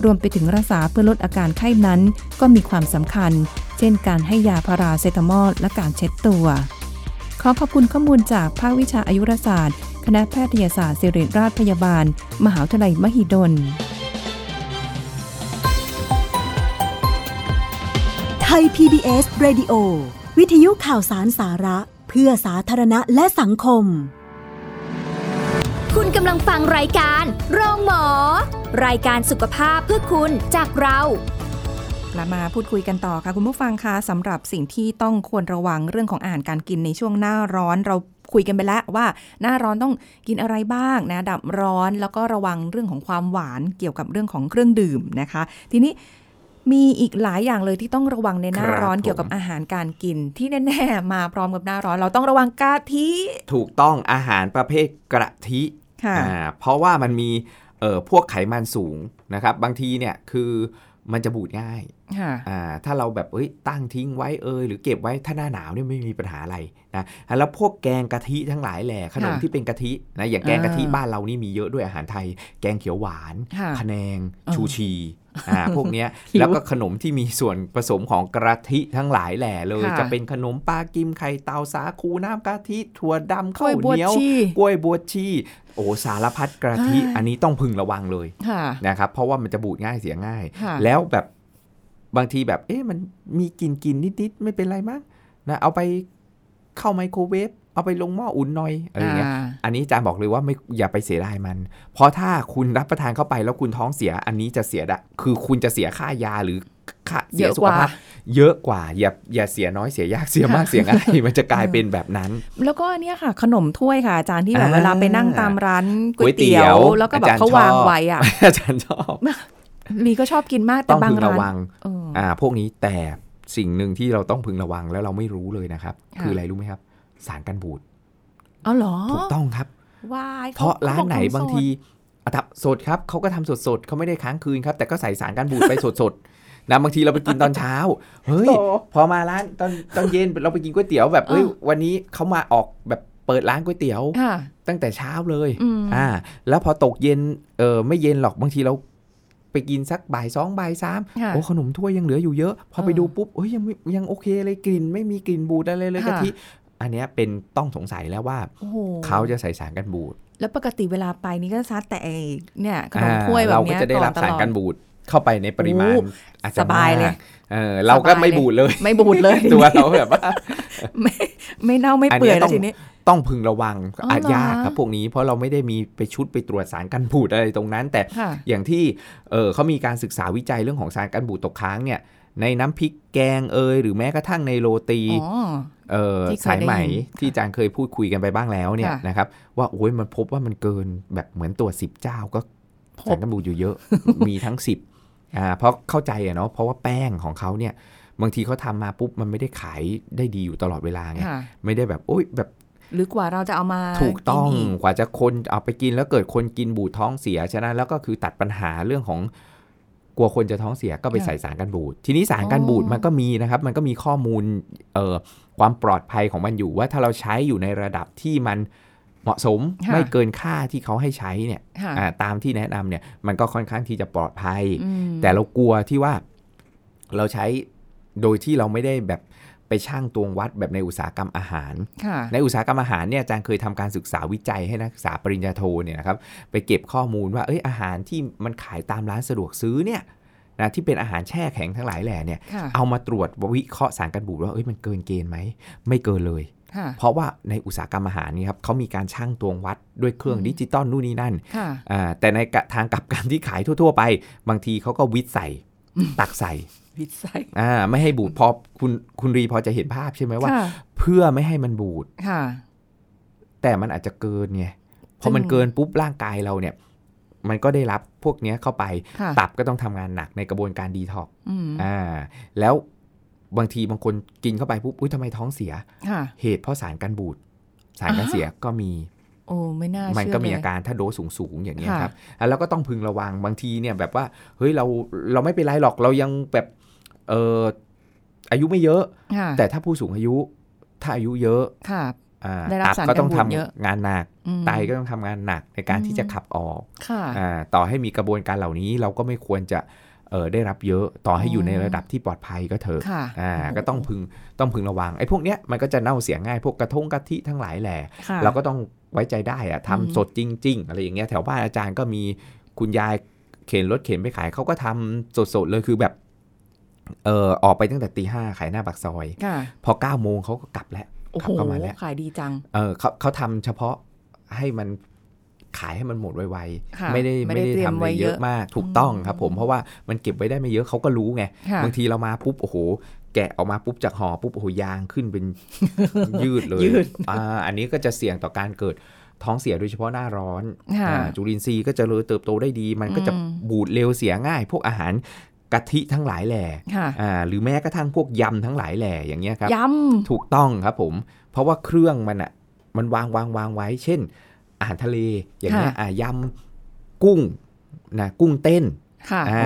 Speaker 2: รวมไปถึงรักษาเพื่อลดอาการไข้นั้น ก็มีความสำคัญ เช่น การให้ยาพาราเซตามอลและการเช็ดตัว ขอขอบคุณข้อมูลจากภาควิชาอายุรศาสตร์ คณะแพทยศาสตร์ศิริราชพยาบาล มหาวิทยาลัยมหิดล
Speaker 4: ไทย PBS Radio วิทยุข่าวสารสาระ เพื่อสาธารณะและสังคม
Speaker 1: คุณกำลังฟังรายการโรงหมอ รายการสุขภาพเพื่อคุณจากเรา
Speaker 2: กลับมาพูดคุยกันต่อค่ะ คุณผู้ฟังคะสำหรับสิ่งที่ต้องควรระวังเรื่องของอาหารการกินในช่วงหน้าร้อนเราคุยกันไปแล้วว่าหน้าร้อนต้องกินอะไรบ้างนะดับร้อนแล้วก็ระวังเรื่องของความหวานเกี่ยวกับเรื่องของเครื่องดื่มนะคะ ทีนี้มีอีกหลายอย่างเลยที่ต้องระวังในหน้า
Speaker 3: ครับ
Speaker 2: ร้อน
Speaker 3: ผม
Speaker 2: เกี่ยวกับอาหารการกินที่แน่ๆมาพร้อมกับหน้าร้อนเราต้องระวังกะทิ
Speaker 3: ถูกต้องอาหารประเภทกระทิ
Speaker 2: ค่ะ
Speaker 3: อ่าเพราะว่ามันมีเอ่อพวกไขมันสูงนะครับ บางทีเนี่ยคือมันจะบูดง่าย
Speaker 2: ค่ะ
Speaker 3: อ่าถ้าเราแบบเอ้ยตั้งทิ้งไว้เอยหรือเก็บไว้ถ้าหน้าหนาวเนี่ยไม่มีปัญหาอะไรนะแล้วพวกแกงกะทิทั้งหลายแหล่ขนม
Speaker 2: ค่ะ
Speaker 3: ที่เป็นกะทินะอย่างแกงกะทิ
Speaker 2: อ่า
Speaker 3: บ้านเรานี่มีเยอะด้วยอาหารไทย แกงเขียวหวาน
Speaker 2: ค่ะ
Speaker 3: พะแนง
Speaker 2: เออ
Speaker 3: ชูชี อ่าพวกเนี้ย
Speaker 2: หิว
Speaker 3: แล้วก็ขนมที่มีส่วนผสมของกะทิทั้งหลายแหล่เลย
Speaker 2: ค่ะ
Speaker 3: จะเป็นขนมปลากิมไข่เตาสาคูน้ำกะทิถั่วดำ
Speaker 2: กล้วยบว
Speaker 3: ข้าวย
Speaker 2: ช
Speaker 3: เหนียว
Speaker 2: ชี
Speaker 3: กล้วยบวชชีโอ้สารพัดกระทิอันนี้ต้องพึงระวังเลย
Speaker 2: ค่ะ
Speaker 3: นะครับ เพราะว่ามันจะบูดง่ายเสียง่าย
Speaker 2: ค่ะ
Speaker 3: แล้วแบบบางทีแบบ เอ๊ะมันมีกลิ่นกินๆนิดๆไม่เป็นไรมั้งนะเอาไปเข้าไมโครเวฟเอาไปลงหม้ออุ่นหน่อยอะไรอย่างเงี้ย
Speaker 2: อ่า
Speaker 3: อันนี้อาจารย์บอกเลยว่าไม่อย่าไปเสียดายมัน เพราะถ้าคุณรับประทานเข้าไปแล้วคุณท้องเสีย อันนี้จะเสียดะคือคุณจะเสียค่ายาหรือค่าเสี
Speaker 2: เย
Speaker 3: ย
Speaker 2: อะ
Speaker 3: สุ
Speaker 2: ก
Speaker 3: ข
Speaker 2: ว่า
Speaker 3: ภาพเยอะกว่าอย่าอย่าเสียน้อยเสียยากเสียมากเสีย ง่ายมันจะกลายเป็นแบบนั้น
Speaker 2: แล้วก็อันเนี่ยค่ะ ขนมถ้วยค่ะอาจารย์ที่แบบ
Speaker 3: อ่า
Speaker 2: เวลาไปนั่งตามร้านก๋ว
Speaker 3: ก๋วย ยเตี๋
Speaker 2: เตี๋ย
Speaker 3: ยว ว
Speaker 2: แล้วก็แบ
Speaker 3: อา
Speaker 2: บ
Speaker 3: จารย์
Speaker 2: เขาวาง
Speaker 3: ชอบ
Speaker 2: ไว้อะ
Speaker 3: อาจารย์ชอบ
Speaker 2: ลีก็ชอบกินมากแต่
Speaker 3: ต้อง
Speaker 2: บาง
Speaker 3: พึง
Speaker 2: ร้า
Speaker 3: ระ
Speaker 2: น
Speaker 3: วัง
Speaker 2: เออ
Speaker 3: อ่า พวกนี้แต่สิ่งหนึ่งที่เราต้องพึงระวังแล้วเราไม่รู้เลยนะครับ
Speaker 2: ค่ะ
Speaker 3: คืออะไรรู้ไหมครับ สารกันบูด
Speaker 2: เอาเหรอ
Speaker 3: ถูกต้องครับ
Speaker 2: วาย
Speaker 3: เพราะร้านไหน
Speaker 2: เข
Speaker 3: บางทีอ่ะทับสดครับเขาก็ทำสดๆเขาไม่ได้ค้างคืนครับ แต่ก็ใส่สารกันบูดไป สดๆนะบางทีเราไปกินตอนเช้า เฮ้ย พอมาร้านตอนตอนเย็นเราไปกินก๋วยเตี๋ยวแบบเอ้ยวันนี้เขามาออกแบบเปิดร้านก๋วยเตี๋ยว
Speaker 2: ค่ะ
Speaker 3: ตั้งแต่เช้าเลย
Speaker 2: อืม
Speaker 3: อ่า แล้วพอตกเย็น เออไม่เย็นหรอก บางทีเราไปกินสักบ่ายสองบ่ายสาม
Speaker 2: ค่ะ
Speaker 3: โอ้ขนมถ้วยยังเหลืออยู่เยอะ พอไป
Speaker 2: เออ
Speaker 3: ดูปุ๊บเอ้ยยังไม่ยังโอเคเลยกลิ่น ไม่มีกลิ่นบูดอะไรเลย
Speaker 2: ค่ะ
Speaker 3: กะทิ อันเนี้ยเป็นต้องสงสัยแล้วว่า
Speaker 2: โอ้โห
Speaker 3: เขาจะใส่สารกันบูด
Speaker 2: แล้วปกติเวลาไปนี่ก็ซัดแต่ไอ้เนี่ยขนม
Speaker 3: อ่า
Speaker 2: ถ้วยแบบ
Speaker 3: เราก็
Speaker 2: เนี้ย
Speaker 3: จะได้รับ
Speaker 2: อต
Speaker 3: สาร
Speaker 2: ลอ
Speaker 3: กันบูดเข้าไปในปริมาณ
Speaker 2: โอ้
Speaker 3: อาจ
Speaker 2: ส
Speaker 3: จะ
Speaker 2: บายเลย
Speaker 3: มกเออเราก็
Speaker 2: สบายเลย
Speaker 3: ไม่บูดเลย
Speaker 2: ไม่บูดเลย
Speaker 3: ตัว เราแบบว่า
Speaker 2: ไม่ไม่เน่าไม่
Speaker 3: อัน
Speaker 2: เปื่
Speaker 3: เนี้ย
Speaker 2: อยแล้ว
Speaker 3: ต้อง
Speaker 2: ทีนี้
Speaker 3: ต้องพึงระวัง
Speaker 2: อ๋อ
Speaker 3: อาจ
Speaker 2: เหรอ
Speaker 3: ยากครับพวกนี้เพราะเราไม่ได้มีไปชุดไปตรวจสารกันบูดอะไรตรงนั้นแต่
Speaker 2: ค่ะ
Speaker 3: อย่างที่เอ่อเขามีการศึกษาวิจัยเรื่องของสารกันบูดตกค้างเนี่ย ในน้ำพริกแกงเอยหรือแม้กระทั่งในโรตี
Speaker 2: อ๋อ
Speaker 3: เอ่อ
Speaker 2: ที่เคย
Speaker 3: สายไหม
Speaker 2: ได้ยิน
Speaker 3: ที่อาจารย์เคยพูดคุยกันไปบ้างแล้วเนี่ย
Speaker 2: ค่ะ
Speaker 3: นะครับว่าโอ้ยมันพบว่ามันเกินแบบเหมือนตัว 10 เจ้าก็
Speaker 2: พบ
Speaker 3: สารกันบูดอยู่เยอะ มีทั้ง 10อ่าเพราะเข้าใจอะเนาะเพราะว่าแป้งของเขาเนี่ยบางทีเขาทำมาปุ๊บมันไม่ได้ขายได้ดีอยู่ตลอดเวลาไง
Speaker 2: ค่ะ
Speaker 3: ไม่ได้แบบโอ้ยแบบ
Speaker 2: หรือกว่าเราจะเอามา
Speaker 3: ถูกต้อง
Speaker 2: นก
Speaker 3: กว่าจะคนเอาไปกินแล้วเกิดคนกินบูดท้องเสียฉะนั้นแล้วก็คือตัดปัญหาเรื่องของกลัวคนจะท้องเสียก็ไป
Speaker 2: ค่ะ
Speaker 3: ใส่สารกันบูดทีนี้สารกัน
Speaker 2: อ๋อ
Speaker 3: บูดมันก็มีนะครับ มันก็มีข้อมูลเอ่อความปลอดภัยของมันอยู่ว่าถ้าเราใช้อยู่ในระดับที่มันเหมาะสมไม่เกินค่าที่เขาให้ใช้เนี่ย
Speaker 2: ค่ะ
Speaker 3: อ่าตามที่แนะนำเนี่ยมันก็ค่อนข้างที่จะปลอดภัย
Speaker 2: อืม
Speaker 3: แต่เรากลัวที่ว่าเราใช้โดยที่เราไม่ได้แบบไปช่างตวงวัดแบบในอุตสาหกรรมอาหาร
Speaker 2: ค่ะ
Speaker 3: ในอุตสาหกรรมอาหารเนี่ยอาจารย์เคยทำการศึกษาวิจัยให้นักศึกษาปริญญาโทเนี่ยนะครับไปเก็บข้อมูลว่าเอ้ยอาหารที่มันขายตามร้านสะดวกซื้อเนี่ยนะที่เป็นอาหารแช่แข็งทั้งหลายแหล่เนี่ย
Speaker 2: ค่ะ
Speaker 3: เอามาตรวจวิเคราะห์สารกันบูดว่าเอ้ยมันเกินเกณฑ์ไหมไม่เกินเลย
Speaker 2: ค่ะ
Speaker 3: เพราะว่าในอุตสาหกรรมอาหารนี่ครับเขามีการชั่งตวงวัดด้วยเครื่องดิจิตอลนู่นนี่นั่น
Speaker 2: ค่ะ
Speaker 3: อ่าแต่ในกะทางกลับกันที่ขายทั่ว ๆ ไป บางทีเขาก็วิดใส่ตักใส่
Speaker 2: พิซซ่า
Speaker 3: อ่าไม่ให้บูดพอคุณคุณรีพอจะเห็นภาพใช่ไหมว่า
Speaker 2: ค่ะ
Speaker 3: เพื่อไม่ให้มันบูด
Speaker 2: ค่ะ
Speaker 3: แต่มันอาจจะเกินไงพ
Speaker 2: ซึ่
Speaker 3: อง มันเกินปุ๊บร่างกายเราเนี่ย มันก็ได้รับพวกเนี้ยเข้าไป
Speaker 2: ค่ะ
Speaker 3: ตับก็ต้องทำงานหนักในกระบวนการดีท็อก
Speaker 2: อืม
Speaker 3: อ่า แล้วบางทีบางคนกินเข้าไปปุ๊บ อุ้ยทำไมท้องเสีย
Speaker 2: ค่ะ
Speaker 3: เหตุเพราะสารกันบูด สารกันเสียก็มี
Speaker 2: โอ้ไม่น่า
Speaker 3: มัน
Speaker 2: เชื่อ
Speaker 3: ก็มี
Speaker 2: เลย
Speaker 3: อาการถ้าโดสสูงๆอย่างนี้ย
Speaker 2: ค่ะ
Speaker 3: ครับอ่ะแล้วก็ต้องพึงระวังบางทีเนี่ยแบบว่าเฮ้ยเราเราไม่เป็นไรหรอกเรายังแบบเอออายุไม่เยอะ
Speaker 2: ค่ะ
Speaker 3: แต่ถ้าผู้สูงอายุถ้าอายุเยอะ
Speaker 2: ค่ะ
Speaker 3: อ่า
Speaker 2: ได้รับ
Speaker 3: ตั
Speaker 2: สาร
Speaker 3: ก็ต้อง
Speaker 2: กันบู
Speaker 3: ทำ
Speaker 2: ดเยอะ
Speaker 3: งานหนัก
Speaker 2: อืม
Speaker 3: ไตก็ต้องทำงานหนักในการ
Speaker 2: อืม
Speaker 3: ที่จะขับออก
Speaker 2: ค่ะ
Speaker 3: อ่าต่อให้มีกระบวนการเหล่านี้เราก็ไม่ควรจะเออได้รับเยอะต่อให้อยู่ใน
Speaker 2: อืม
Speaker 3: ระดับที่ปลอดภัยก็เถอะ
Speaker 2: ค่ะ
Speaker 3: อ่าก็ต้องพึงต้องพึงระวังไอ้พวกเนี้ยมันก็จะเน่าเสียง่ายพวกกระทงกะทิทั้งหลายแหล่
Speaker 2: ค่ะ
Speaker 3: เราก็ต้องไว้ใจได้อะ
Speaker 2: อืม
Speaker 3: ทำสดจริง ๆ อะไรอย่างเงี้ยแถวบ้านอาจารย์ก็มีคุณยายเข็นรถเข็นไปขายเขาก็ทำสดๆเลยคือแบบเออออกไปตั้งแต่ตีห้าขายหน้าปากซอย
Speaker 2: ค่ะ
Speaker 3: พอ9ก้าโมงเขาก็กลับแล้ว
Speaker 2: โอ้โห
Speaker 3: ขับเข้ามาแล้ว
Speaker 2: ขายดีจัง
Speaker 3: เออเขาเขาทำเฉพาะให้มันขายให้มันหมดไว
Speaker 2: ค่ะ
Speaker 3: ๆไม่ได้
Speaker 2: ไม่
Speaker 3: ไม่
Speaker 2: ได้
Speaker 3: ได้
Speaker 2: เตรียม
Speaker 3: ทำ
Speaker 2: ไว้
Speaker 3: ไว้เย
Speaker 2: เยอะ
Speaker 3: อะมากถูกต้องครับผมเพราะว่ามันเก็บไว้ได้ไม่เยอะเขาก็รู้ไง
Speaker 2: ค่ะ
Speaker 3: บางทีเรามาปุ๊บโอ้โห แกะออกมาปุ๊บจากห่อปุ๊บโอ้โหยางขึ้ นเป็น ยืดเลย
Speaker 2: ยืด
Speaker 3: อ่าอันนี้ก็จะเสี่ยงต่อการเกิดท้องเสียโดยเฉพาะหน้าร้อน
Speaker 2: ค่ะ
Speaker 3: อ่าจุลินทรีย์ก็เจะเลยเติบโตได้ดี มันก็จะ
Speaker 2: อืม
Speaker 3: บูดเร็วเสียง่าย พวกอาหารกะทิทั้งหลายแหล่
Speaker 2: ค่ะ
Speaker 3: อ่าหรือแม้กระทั่งพวกยำทั้งหลายแหล่อย่างเงี้ยครับ
Speaker 2: ยำ
Speaker 3: ถูกต้องครับผม เพราะว่าเครื่องมันอะมันวางวางวางไว้ เช่น อาหารทะเลอย่างเงี้ย
Speaker 2: ค่ะ
Speaker 3: อ่ายำกุ้งนะกุ้งเต้น
Speaker 2: ค่ะ
Speaker 3: อ่า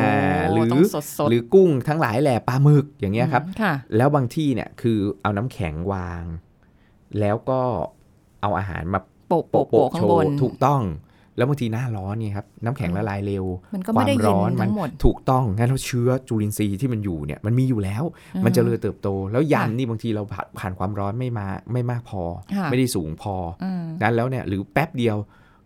Speaker 2: โ
Speaker 3: หรือ
Speaker 2: ต้องสดสด
Speaker 3: หรือกุ้งทั้งหลายแหล่ปลาหมึกอย่างเงี้ยครับ
Speaker 2: ค่ะ
Speaker 3: แล้วบางที่เนี่ยคือเอาน้ำแข็งวาง แล้วก็เอาอาหารมา
Speaker 2: โปะโปะโปะข้างบน
Speaker 3: ถูกต้อง แล้วบางทีหน้าร้อนเนี่ยครับน้ำแข็ง
Speaker 2: อืม
Speaker 3: ละลายเร็ว
Speaker 2: มันก็
Speaker 3: ค
Speaker 2: ไม่
Speaker 3: วาม
Speaker 2: ได้เย็น
Speaker 3: ร้อนมั
Speaker 2: ทั้งหมด
Speaker 3: ถูกต้องงั้นแล้วเชื้อจุลินทรีย์ที่มันอยู่เนี่ยมันมีอยู่แล้ว
Speaker 2: อืม
Speaker 3: มันเจะเริญเติบโต แล้ว
Speaker 2: ค่ะ
Speaker 3: ยำนี่บางทีเราผ่านผ่านความร้อนไม่มาไม่มากพอ
Speaker 2: ค่ะ
Speaker 3: ไม่ได้สูงพอ
Speaker 2: อืม
Speaker 3: นั้นแล้วเนี่ยหรือแป๊บเดียว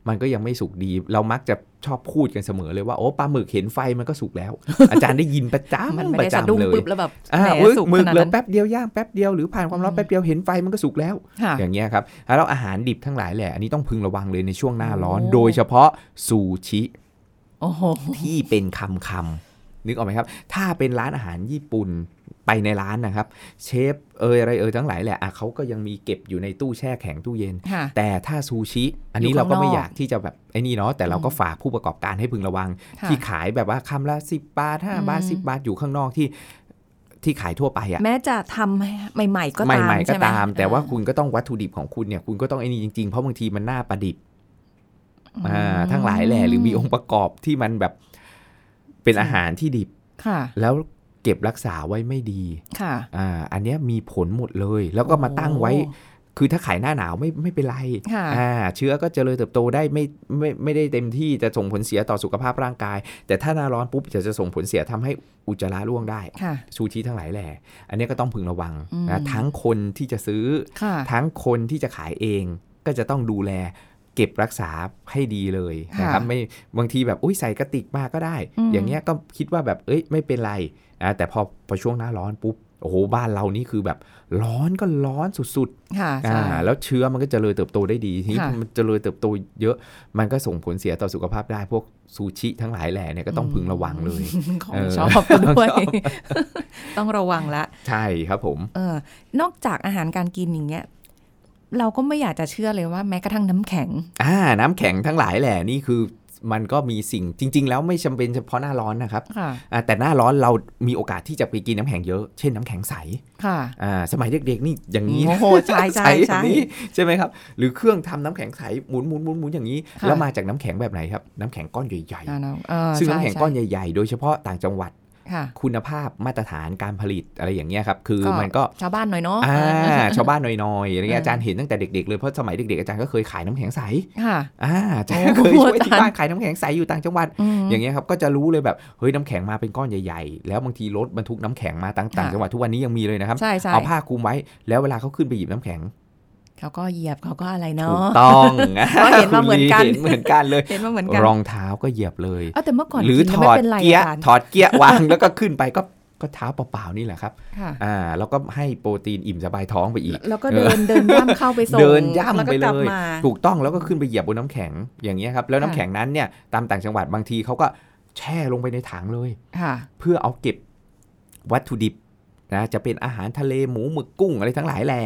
Speaker 3: มันก็ยังไม่สุกดี เรามักจะชอบพูดกันเสมอเลยว่าโอ้ปลาหมึกเห็นไฟมันก็สุก แล้ว อาจารย์ได้ยินประจำ
Speaker 2: มันไม่
Speaker 3: ประ
Speaker 2: ได้สะ
Speaker 3: จำ
Speaker 2: ดุ้ง
Speaker 3: เลย
Speaker 2: ปุ๊บแล้วแบบ
Speaker 3: อ่า
Speaker 2: แหม
Speaker 3: เอ้ย
Speaker 2: สุก
Speaker 3: หมึ
Speaker 2: ข
Speaker 3: ก
Speaker 2: นาด
Speaker 3: เหลือ
Speaker 2: นั้น
Speaker 3: แป๊บเดียวย่างแป๊บเดียวหรือผ่านความร้อ
Speaker 2: อืม
Speaker 3: นแป๊บเดียวเห็นไฟมันก็สุกแล้ว
Speaker 2: ค่ะ
Speaker 3: อย่างเงี้ยครับแล้วอาหารดิบทั้งหลายแหละอันนี้ต้องพึงระวังเลยในช่วงหน้าร้อน
Speaker 2: โอ้
Speaker 3: โดยเฉพาะซูชิ
Speaker 2: โอ้โห
Speaker 3: ที่เป็นคำคำๆนึกออกไหมครับ ถ้าเป็นร้านอาหารญี่ปุ่นไปในร้านนะครับ เชฟเอยอะไรเอยทั้งหลายแหละอ่ะเขาก็ยังมีเก็บอยู่ในตู้แช่แข็งตู้เย็น
Speaker 2: ค่ะ
Speaker 3: แต่ถ้าซูชิ อันนี้
Speaker 2: อยู่
Speaker 3: เรา
Speaker 2: ข้าง
Speaker 3: ก็
Speaker 2: น
Speaker 3: ไม่
Speaker 2: อก
Speaker 3: อยากที่จะแบบไอ้นี่เนาะแต่เราก็
Speaker 2: อืม
Speaker 3: ฝากผู้ประกอบการให้พึงระวัง
Speaker 2: ค่ะ
Speaker 3: ที่ขายแบบว่าคำละ10บาท5บาท
Speaker 2: อืม
Speaker 3: 10บาทอยู่ข้างนอกที่ที่ขายทั่วไปอะ
Speaker 2: แม้จะทำใหม่ ๆ ก็ตาม
Speaker 3: ใหม่ๆก็
Speaker 2: ช่ไห
Speaker 3: ตาม แต่ว่าคุณก็ต้องวัตถุดิบของคุณเนี่ยคุณก็ต้องไอ้นี่จริงๆ เพราะบางทีมันหน้าประดิษฐ์อ่าทั้งหลายแหล่หรือมีองค์ประกอบที่มันแบบเป็นอาหารที่ดิบ
Speaker 2: ค่ะ
Speaker 3: แล้วเก็บรักษาไว้ไม่ดี
Speaker 2: ค่ะ
Speaker 3: อ่าอันเนี้ยมีผลหมดเลย แล้วก็มาตั้งไว้ คือถ้าขายหน้าหนาวไม่ไม่เป็นไร
Speaker 2: ค่ะ
Speaker 3: อ่าเชื้อก็เจริญเติบโตได้ไม่ไม่ไม่ได้เต็มที่จะส่งผลเสียต่อสุขภาพร่างกาย แต่ถ้าหน้าร้อนปุ๊บจะจะส่งผลเสียทำให้อุจจาระร่วงได้
Speaker 2: ค่ะ
Speaker 3: ซูชิทั้งหลายแหล่อันเนี้ยก็ต้องพึงระวัง
Speaker 2: อื
Speaker 3: นะ
Speaker 2: ม
Speaker 3: ทั้งคนที่จะซื้อ
Speaker 2: ค่ะ
Speaker 3: ทั้งคนที่จะขายเองก็จะต้องดูแลเก็บรักษาให้ดีเลยนะครับ
Speaker 2: ค่ะ
Speaker 3: ไม่บางทีแบบอุ้ยใส่กระติกมาก็ได้
Speaker 2: อืม
Speaker 3: อย่างเงี้ยก็คิดว่าแบบเอ้ยไม่เป็นไรนะแต่พอพอช่วงหน้าร้อนปุ๊บโอ้โหบ้านเรานี่คือแบบร้อนก็ร้อนสุด
Speaker 2: ค่ะ
Speaker 3: ๆ
Speaker 2: ใช่
Speaker 3: อ่าแล้วเชื้อมันก็เจริญเติบโตได้ดีทีนี้
Speaker 2: ค่ะ
Speaker 3: พอมันเจริญเติบโตเยอะมันก็ส่งผลเสียต่อสุขภาพได้พวกซูชิทั้งหลายแหล่เนี่ยก็ต้อง
Speaker 2: อืม
Speaker 3: พึงระวังเลย
Speaker 2: ของ
Speaker 3: เออ
Speaker 2: ชอบด้วย
Speaker 3: ของชอบ
Speaker 2: ต้องระวังละ
Speaker 3: ใช่ครับผม
Speaker 2: เออนอกจากอาหารการกินอย่างเงี้ย เราก็ไม่อยากจะเชื่อเลยว่าแม้กระทั่งน้ำแข็ง
Speaker 3: อ่าน้ำแข็งทั้งหลายแหล่นี่คือมันก็มีสิ่งจริง ๆ แล้วไม่จำเป็นเฉพาะหน้าร้อนนะครับ
Speaker 2: ค่ะ
Speaker 3: อ่าแต่หน้าร้อนเรามีโอกาสที่จะไปกินน้ำแข็งเยอะ เช่นน้ำแข็งใส
Speaker 2: ค่ะ
Speaker 3: อ่าสมัยเด็กๆนี่อย่างนี้
Speaker 2: โอ้โห ใช่ใช่
Speaker 3: แบ
Speaker 2: ใช่
Speaker 3: บนี้ใช่ไหมครับ หรือเครื่องทำน้ำแข็งใสหมุนหมุนหมุนหมุนอย่างนี้
Speaker 2: ค่ะ
Speaker 3: แล้วมาจากน้ำแข็งแบบไหนครับ น้ำแข็งก้อนใหญ่
Speaker 2: อ่าเนอะเออ
Speaker 3: ๆ ซึ่งน้ำแข็ง
Speaker 2: ใช่
Speaker 3: ก้อนใหญ่ๆ โดยเฉพาะต่างจังหวัด
Speaker 2: ค่ะ
Speaker 3: คุณภาพมาตรฐานการผลิตอะไรอย่างเงี้ยครับ คือ
Speaker 2: ก็
Speaker 3: มันก็
Speaker 2: ชาวบ้านหน่อยเนาะ
Speaker 3: อ่า
Speaker 2: เออ
Speaker 3: ชาวบ้านหน้อยๆอะไรเงี้ย
Speaker 2: เออ
Speaker 3: อา
Speaker 2: อ
Speaker 3: จารย์เห็นตั้งแต่เด็กๆเลยเพราะสมัยเด็กๆอาจารย์ก็เคยขายน้ำแข็งใส
Speaker 2: ค่ะ
Speaker 3: อ่าอาจารย์
Speaker 2: โอ้
Speaker 3: เคยช่วย
Speaker 2: อาจารย์
Speaker 3: ที่บ้านขายน้ำแข็งใสอยู่ต่างจังหวัด
Speaker 2: ม
Speaker 3: อย่างเงี้ยครับก็จะรู้เลยแบบเฮ้ยน้ำแข็งมาเป็นก้อนใหญ่ๆ แล้วบางทีรถบรรทุกน้ำแข็งมาต่างต่าง
Speaker 2: ค่ะ
Speaker 3: จังหวัดทุกวันนี้ยังมีเลยนะครับ
Speaker 2: ใช่ใช่
Speaker 3: เอาผ้าคลุมไว้ แล้วเวลาเขาขึ้นไปหยิบน้ำแข็ง
Speaker 2: เขาก็เหยียบเขาก็อะไร
Speaker 3: ถู
Speaker 2: เนาะ
Speaker 3: กต้อง
Speaker 2: เพราะเห็นว่าเหมือน กัน
Speaker 3: เห็เหมือนกันเลย
Speaker 2: เห็นมาเหมือนกัน
Speaker 3: รองเท้าก็เหยียบเลย
Speaker 2: เอาแต่เมื่อก่อน
Speaker 3: หรือ
Speaker 2: กิน
Speaker 3: ถ
Speaker 2: ก็ไม่
Speaker 3: อด
Speaker 2: เป็นไร
Speaker 3: เกียร์
Speaker 2: อาจารย์
Speaker 3: ถอดเกียร์วาง แล้วก็ขึ้นไปก็ก็เท้าเปล่าๆนี่แหละครับ
Speaker 2: ค่ะ
Speaker 3: อ่าแล้วก็ให้โปรตีนอิ่มสบายท้องไปอีก
Speaker 2: แล้วก็เดินเดินย่ำเข้าไปส่ง
Speaker 3: เดินย่ำ
Speaker 2: แล้วก็
Speaker 3: ไป
Speaker 2: กลับ
Speaker 3: เลย
Speaker 2: มา
Speaker 3: ถูกต้องแล้วก็ขึ้นไปเหยียบบนน้ำแข็งอย่างเงี้ยครับแล้วน้ำ
Speaker 2: ค่ะ
Speaker 3: แข็งนั้นเนี่ยตามต่างจังหวัดบางทีเขาก็แช่ลงไปในถังเลย
Speaker 2: ค่ะ
Speaker 3: เพื่อเอาเก็บวัตถุดิบนะจะเป็นอาหารทะเลหมูหมึกกุ้งอะไรทั้งหลายแหล่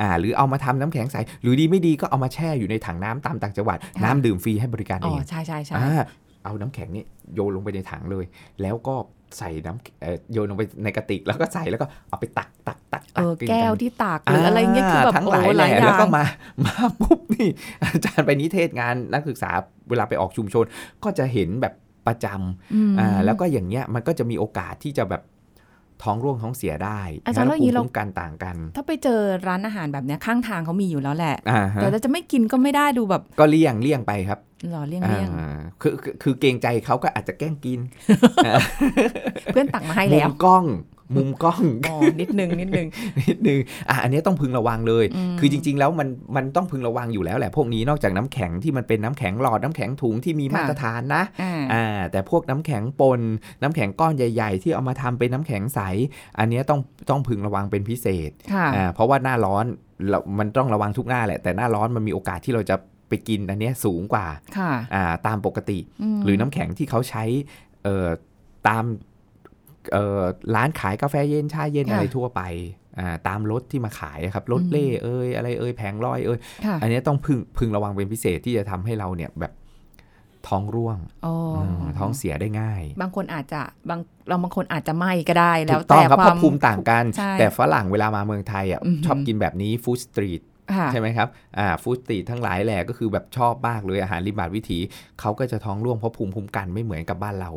Speaker 3: อ่าหรือเอามาทำน้ำแข็งใส หรือดีไม่ดีก็เอามาแช่อยู่ในถังน้ำตามต่างจังหวัด
Speaker 2: ค่ะ
Speaker 3: น้ำดื่มฟรีให้บริการ
Speaker 2: อ๋อ
Speaker 3: เอ
Speaker 2: ง ใช่ใช่ใช่
Speaker 3: อ่าเอาน้ำแข็งนี่โยนลงไปในถังเลย แล้วก็ ใส่น้ำเอ่อโยนลงไปในกระติกแล้วก็ใส่แล้วก็เอาไปตักตักตัก
Speaker 2: เออ
Speaker 3: ตันน
Speaker 2: แก้วที่ตากหรืออะไรเงี้ยคือแบบ
Speaker 3: ทั้งห
Speaker 2: โอ้
Speaker 3: ลาย
Speaker 2: โหหลายอ
Speaker 3: แหล่
Speaker 2: ย่า
Speaker 3: แล้วก็
Speaker 2: ง
Speaker 3: มามาปุ๊บนี่ อาจารย์ไปนิเทศงานนักศึกษาเวลาไปออกชุมชน ก็จะเห็นแบบประจ
Speaker 2: อืม
Speaker 3: ำอ่าแล้วก็อย่างเงี้ยมันก็จะมีโอกาสที่จะแบบท้องร่วงท้องเสียได้
Speaker 2: อาจารย์
Speaker 3: นะ
Speaker 2: แล้วอย่างงี้
Speaker 3: ภูมิ
Speaker 2: เรา
Speaker 3: คุ้มกันต่างกัน
Speaker 2: ถ้าไปเจอร้านอาหารแบบเนี้ยข้างทางเขามีอยู่แล้วแหละ
Speaker 3: อ่าฮะ
Speaker 2: แต่เราจะไม่กินก็ไม่ได้ดูแบบ
Speaker 3: ก็เลี่ยงเลี่ยงไปครับ
Speaker 2: หล่อเลี่ยงเลี่ยง
Speaker 3: อ่าคือคือคือเกรงใจเขาก็อาจจะแกล้งกิน
Speaker 2: เพื่อนตักมาให้
Speaker 3: มุ
Speaker 2: แล้ว
Speaker 3: มกล้อง มุมกล้อง
Speaker 2: อ๋อนิดนึงนิ ดนึง
Speaker 3: นิดนึงอ่ะอันเนี้ยต้องพึงระวังเลย
Speaker 2: อืม
Speaker 3: คือจริง ๆ แล้วมันมันต้องพึงระวังอยู่แล้วแหละพวกนี้นอกจากน้ำแข็งที่มันเป็นน้ำแข็งหลอดน้ำแข็งถุงที่มีมาตรฐานนะ
Speaker 2: อ่า
Speaker 3: อ่าแต่พวกน้ำแข็งปน น้ำแข็งก้อนใหญ่ ๆ ที่เอามาทำเป็นน้ำแข็งใส อันเนี้ยต้องต้องพึงระวังเป็นพิเศษ
Speaker 2: ค่ะ
Speaker 3: อ่าเพราะว่าหน้าร้อนเรามันต้องระวังทุกหน้าแหละ แต่หน้าร้อนมันมีโอกาสที่เราจะไปกินอันเนี้ยสูงกว่า
Speaker 2: ค่ะ
Speaker 3: อ่าตามปกติ
Speaker 2: ม
Speaker 3: หรือน้ำแข็งที่เขาใช้เอ่อตามเอ่อร้านขายกาแฟเย็นชาเย็นอะไรทั่วไปอ่าตามรถที่มาขายอะครับรถเล่เอ้ยอะไรเอ้ยแผงลอยเอ้ย
Speaker 2: ค่ะ
Speaker 3: อันเนี้ยต้องพึงพึงระวังเป็นพิเศษที่จะทำให้เราเนี่ยแบบท้องร่วง
Speaker 2: อ๋ออ
Speaker 3: มท้องเสียได้ง่าย
Speaker 2: บางคนอาจจะบางเราบางคนอาจจะไม่ก็ได้แล้
Speaker 3: ถู
Speaker 2: ว
Speaker 3: กต้อ
Speaker 2: แต่
Speaker 3: งครั
Speaker 2: ค
Speaker 3: บเพ
Speaker 2: วาม
Speaker 3: ราะภูมิต่างกัน
Speaker 2: ใช่
Speaker 3: แต่ฝรั่งเวลามาเมืองไทยอ่ะ
Speaker 2: อือหือ
Speaker 3: ชอบกินแบบนี้ฟู้ดสตรีท
Speaker 2: ค่ะ
Speaker 3: ใช่ไหมครับอ่าฟู้ดสตรีททั้งหลายแหละก็คือแบบชอบมากเลยอาหารริมบาดวิถีเขาก็จะท้องร่วงเพราะภูมิคุ้มกันไม่เหมือนกับบ้าน เรา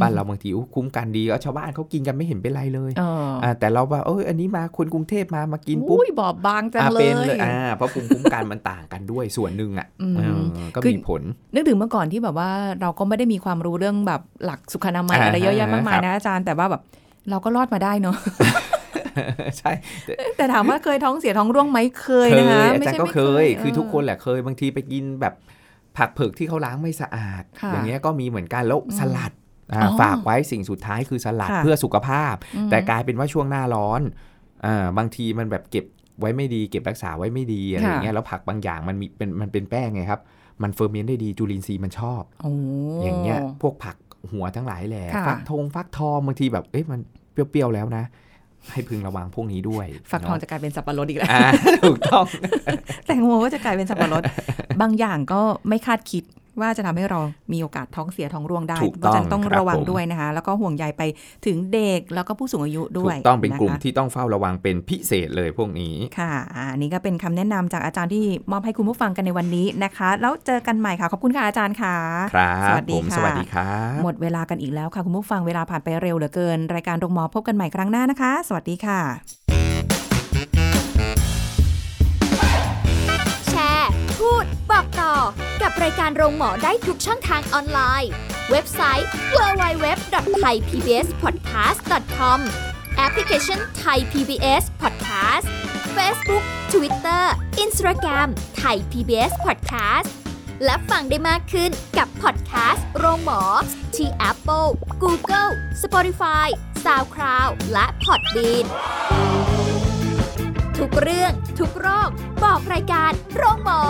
Speaker 3: บ้านเราบางทีอุ๊ยคุ้มกันดีก็ชาวบ้านเขากินกันไม่เห็นเป็นไรเลย
Speaker 2: เอออ่
Speaker 3: าแต่เราว่าเอยอันนี้มาคนกรุงเทพมามากินปุ๊บ
Speaker 2: อุ้ยบอบบางจัง
Speaker 3: อ่า
Speaker 2: เล
Speaker 3: เป็น
Speaker 2: ย
Speaker 3: เลยอ่าเพราะภูมิคุ้มกันมันต่างกันด้วยส่วนหนึ่งอ่ะ
Speaker 2: อืม
Speaker 3: เออก็
Speaker 2: คือ
Speaker 3: มีผล
Speaker 2: นึกถึงเมื่อก่อนที่แบบว่าเราก็ไม่ได้มีความรู้เรื่องแบบหลักสุขอนามัย
Speaker 3: อ่า
Speaker 2: อะไรเยอะแยะ
Speaker 3: ฮะ
Speaker 2: มากมาย
Speaker 3: ครับ
Speaker 2: นะอาจารย์แต่ว่าแบบเราก็รอดมาได้เนาะ
Speaker 3: ใช่
Speaker 2: แต่ถามว่าเคยท้องเสียท้องร่วงไหมเคย
Speaker 3: เค
Speaker 2: นะ
Speaker 3: ย
Speaker 2: คะ
Speaker 3: อา
Speaker 2: ไม่
Speaker 3: จาร
Speaker 2: ใช่
Speaker 3: ย์ก็
Speaker 2: ไม่
Speaker 3: เคย
Speaker 2: เ
Speaker 3: คือทุกคนแหละเคยบางทีไปกินแบบผักเผือกที่เขาล้างไม่สะอาด
Speaker 2: ค่ะ
Speaker 3: อย่างเงี้ยก็มีเหมือนกันแล้ว
Speaker 2: อืม
Speaker 3: สลัดอ่า
Speaker 2: อ๋อ
Speaker 3: ฝากไว้สิ่งสุดท้ายคือสลัด
Speaker 2: ค่ะ
Speaker 3: เพื่อสุขภาพ
Speaker 2: อืม
Speaker 3: แต่กลายเป็นว่าช่วงหน้าร้อนอ่าบางทีมันแบบเก็บไว้ไม่ดี เก็บรักษาไว้ไม่ดีอะไรอย่างเงี้ย แล้วผักบางอย่างมันมีเป็นมันเป็นแป้งไงครับ มันเฟอร์เมนต์ได้ดีจุลินทรีย์มันชอบ
Speaker 2: โอ้
Speaker 3: อย่างเงี้ย พวกผักหัวทั้งหลายแหละ
Speaker 2: ค่ะ
Speaker 3: ฟักทงฟักทองบางทีแบบ เอ๊ะมันเปรี้ยวๆแล้วนะ ให้พึงระวังพวกนี้ด้วย
Speaker 2: ฝักทอง
Speaker 3: เนาะ
Speaker 2: จะกลายเป็นสับปะรดอีกแล้ว
Speaker 3: อ่า ถูกต้อง
Speaker 2: แตงโมก็จะกลายเป็นสับปะรด บางอย่างก็ไม่คาดคิดว่าจะทำให้เรามีโอกาสท้องเสียท้องร่วงได้
Speaker 3: ถูก
Speaker 2: เพ
Speaker 3: ต้
Speaker 2: ราะ
Speaker 3: อง
Speaker 2: ฉะนั้นต้อง
Speaker 3: ครับ
Speaker 2: ระวัง
Speaker 3: ผม
Speaker 2: ด้วยนะคะ แล้วก็ห่วงใยไปถึงเด็กแล้วก็ผู้สูงอายุด้
Speaker 3: ถู
Speaker 2: วย
Speaker 3: กต้องเป็นกลุ่ม
Speaker 2: ะคะ
Speaker 3: ที่ต้องเฝ้าระวังเป็นพิเศษเลยพวกนี้
Speaker 2: ค่ะอ่าอันนี้ก็เป็นคำแนะนำจากอาจารย์ที่มอบให้คุณผู้ฟังกันในวันนี้นะคะ แล้วเจอกันใหม่ค่ะขอบคุณค่ะอาจารย์ค่ะ
Speaker 3: ครับ
Speaker 2: สวัสดี
Speaker 3: ผม
Speaker 2: ค่ะ
Speaker 3: สวัสดีครับ
Speaker 2: หมดเวลากันอีกแล้วค่ะคุณผู้ฟังเวลาผ่านไปเร็วเหลือเกิน รายการโรงหมอพบกันใหม่ครั้งหน้านะคะ สวัสดีค่ะ
Speaker 1: แชร์ พูด บอกต่อ กับรายการโรงหมอได้ทุกช่องทางออนไลน์ เว็บไซต์ www.thaipbspodcast.com แอปพลิเคชัน Thai PBS Podcast Facebook Twitter Instagram Thai PBS Podcast และฟังได้มากขึ้นกับพอดแคสต์โรงหมอ ที่ Apple, Google, Spotify, SoundCloud และ Podbean ทุกเรื่องทุกโรค บอกรายการโรงหมอ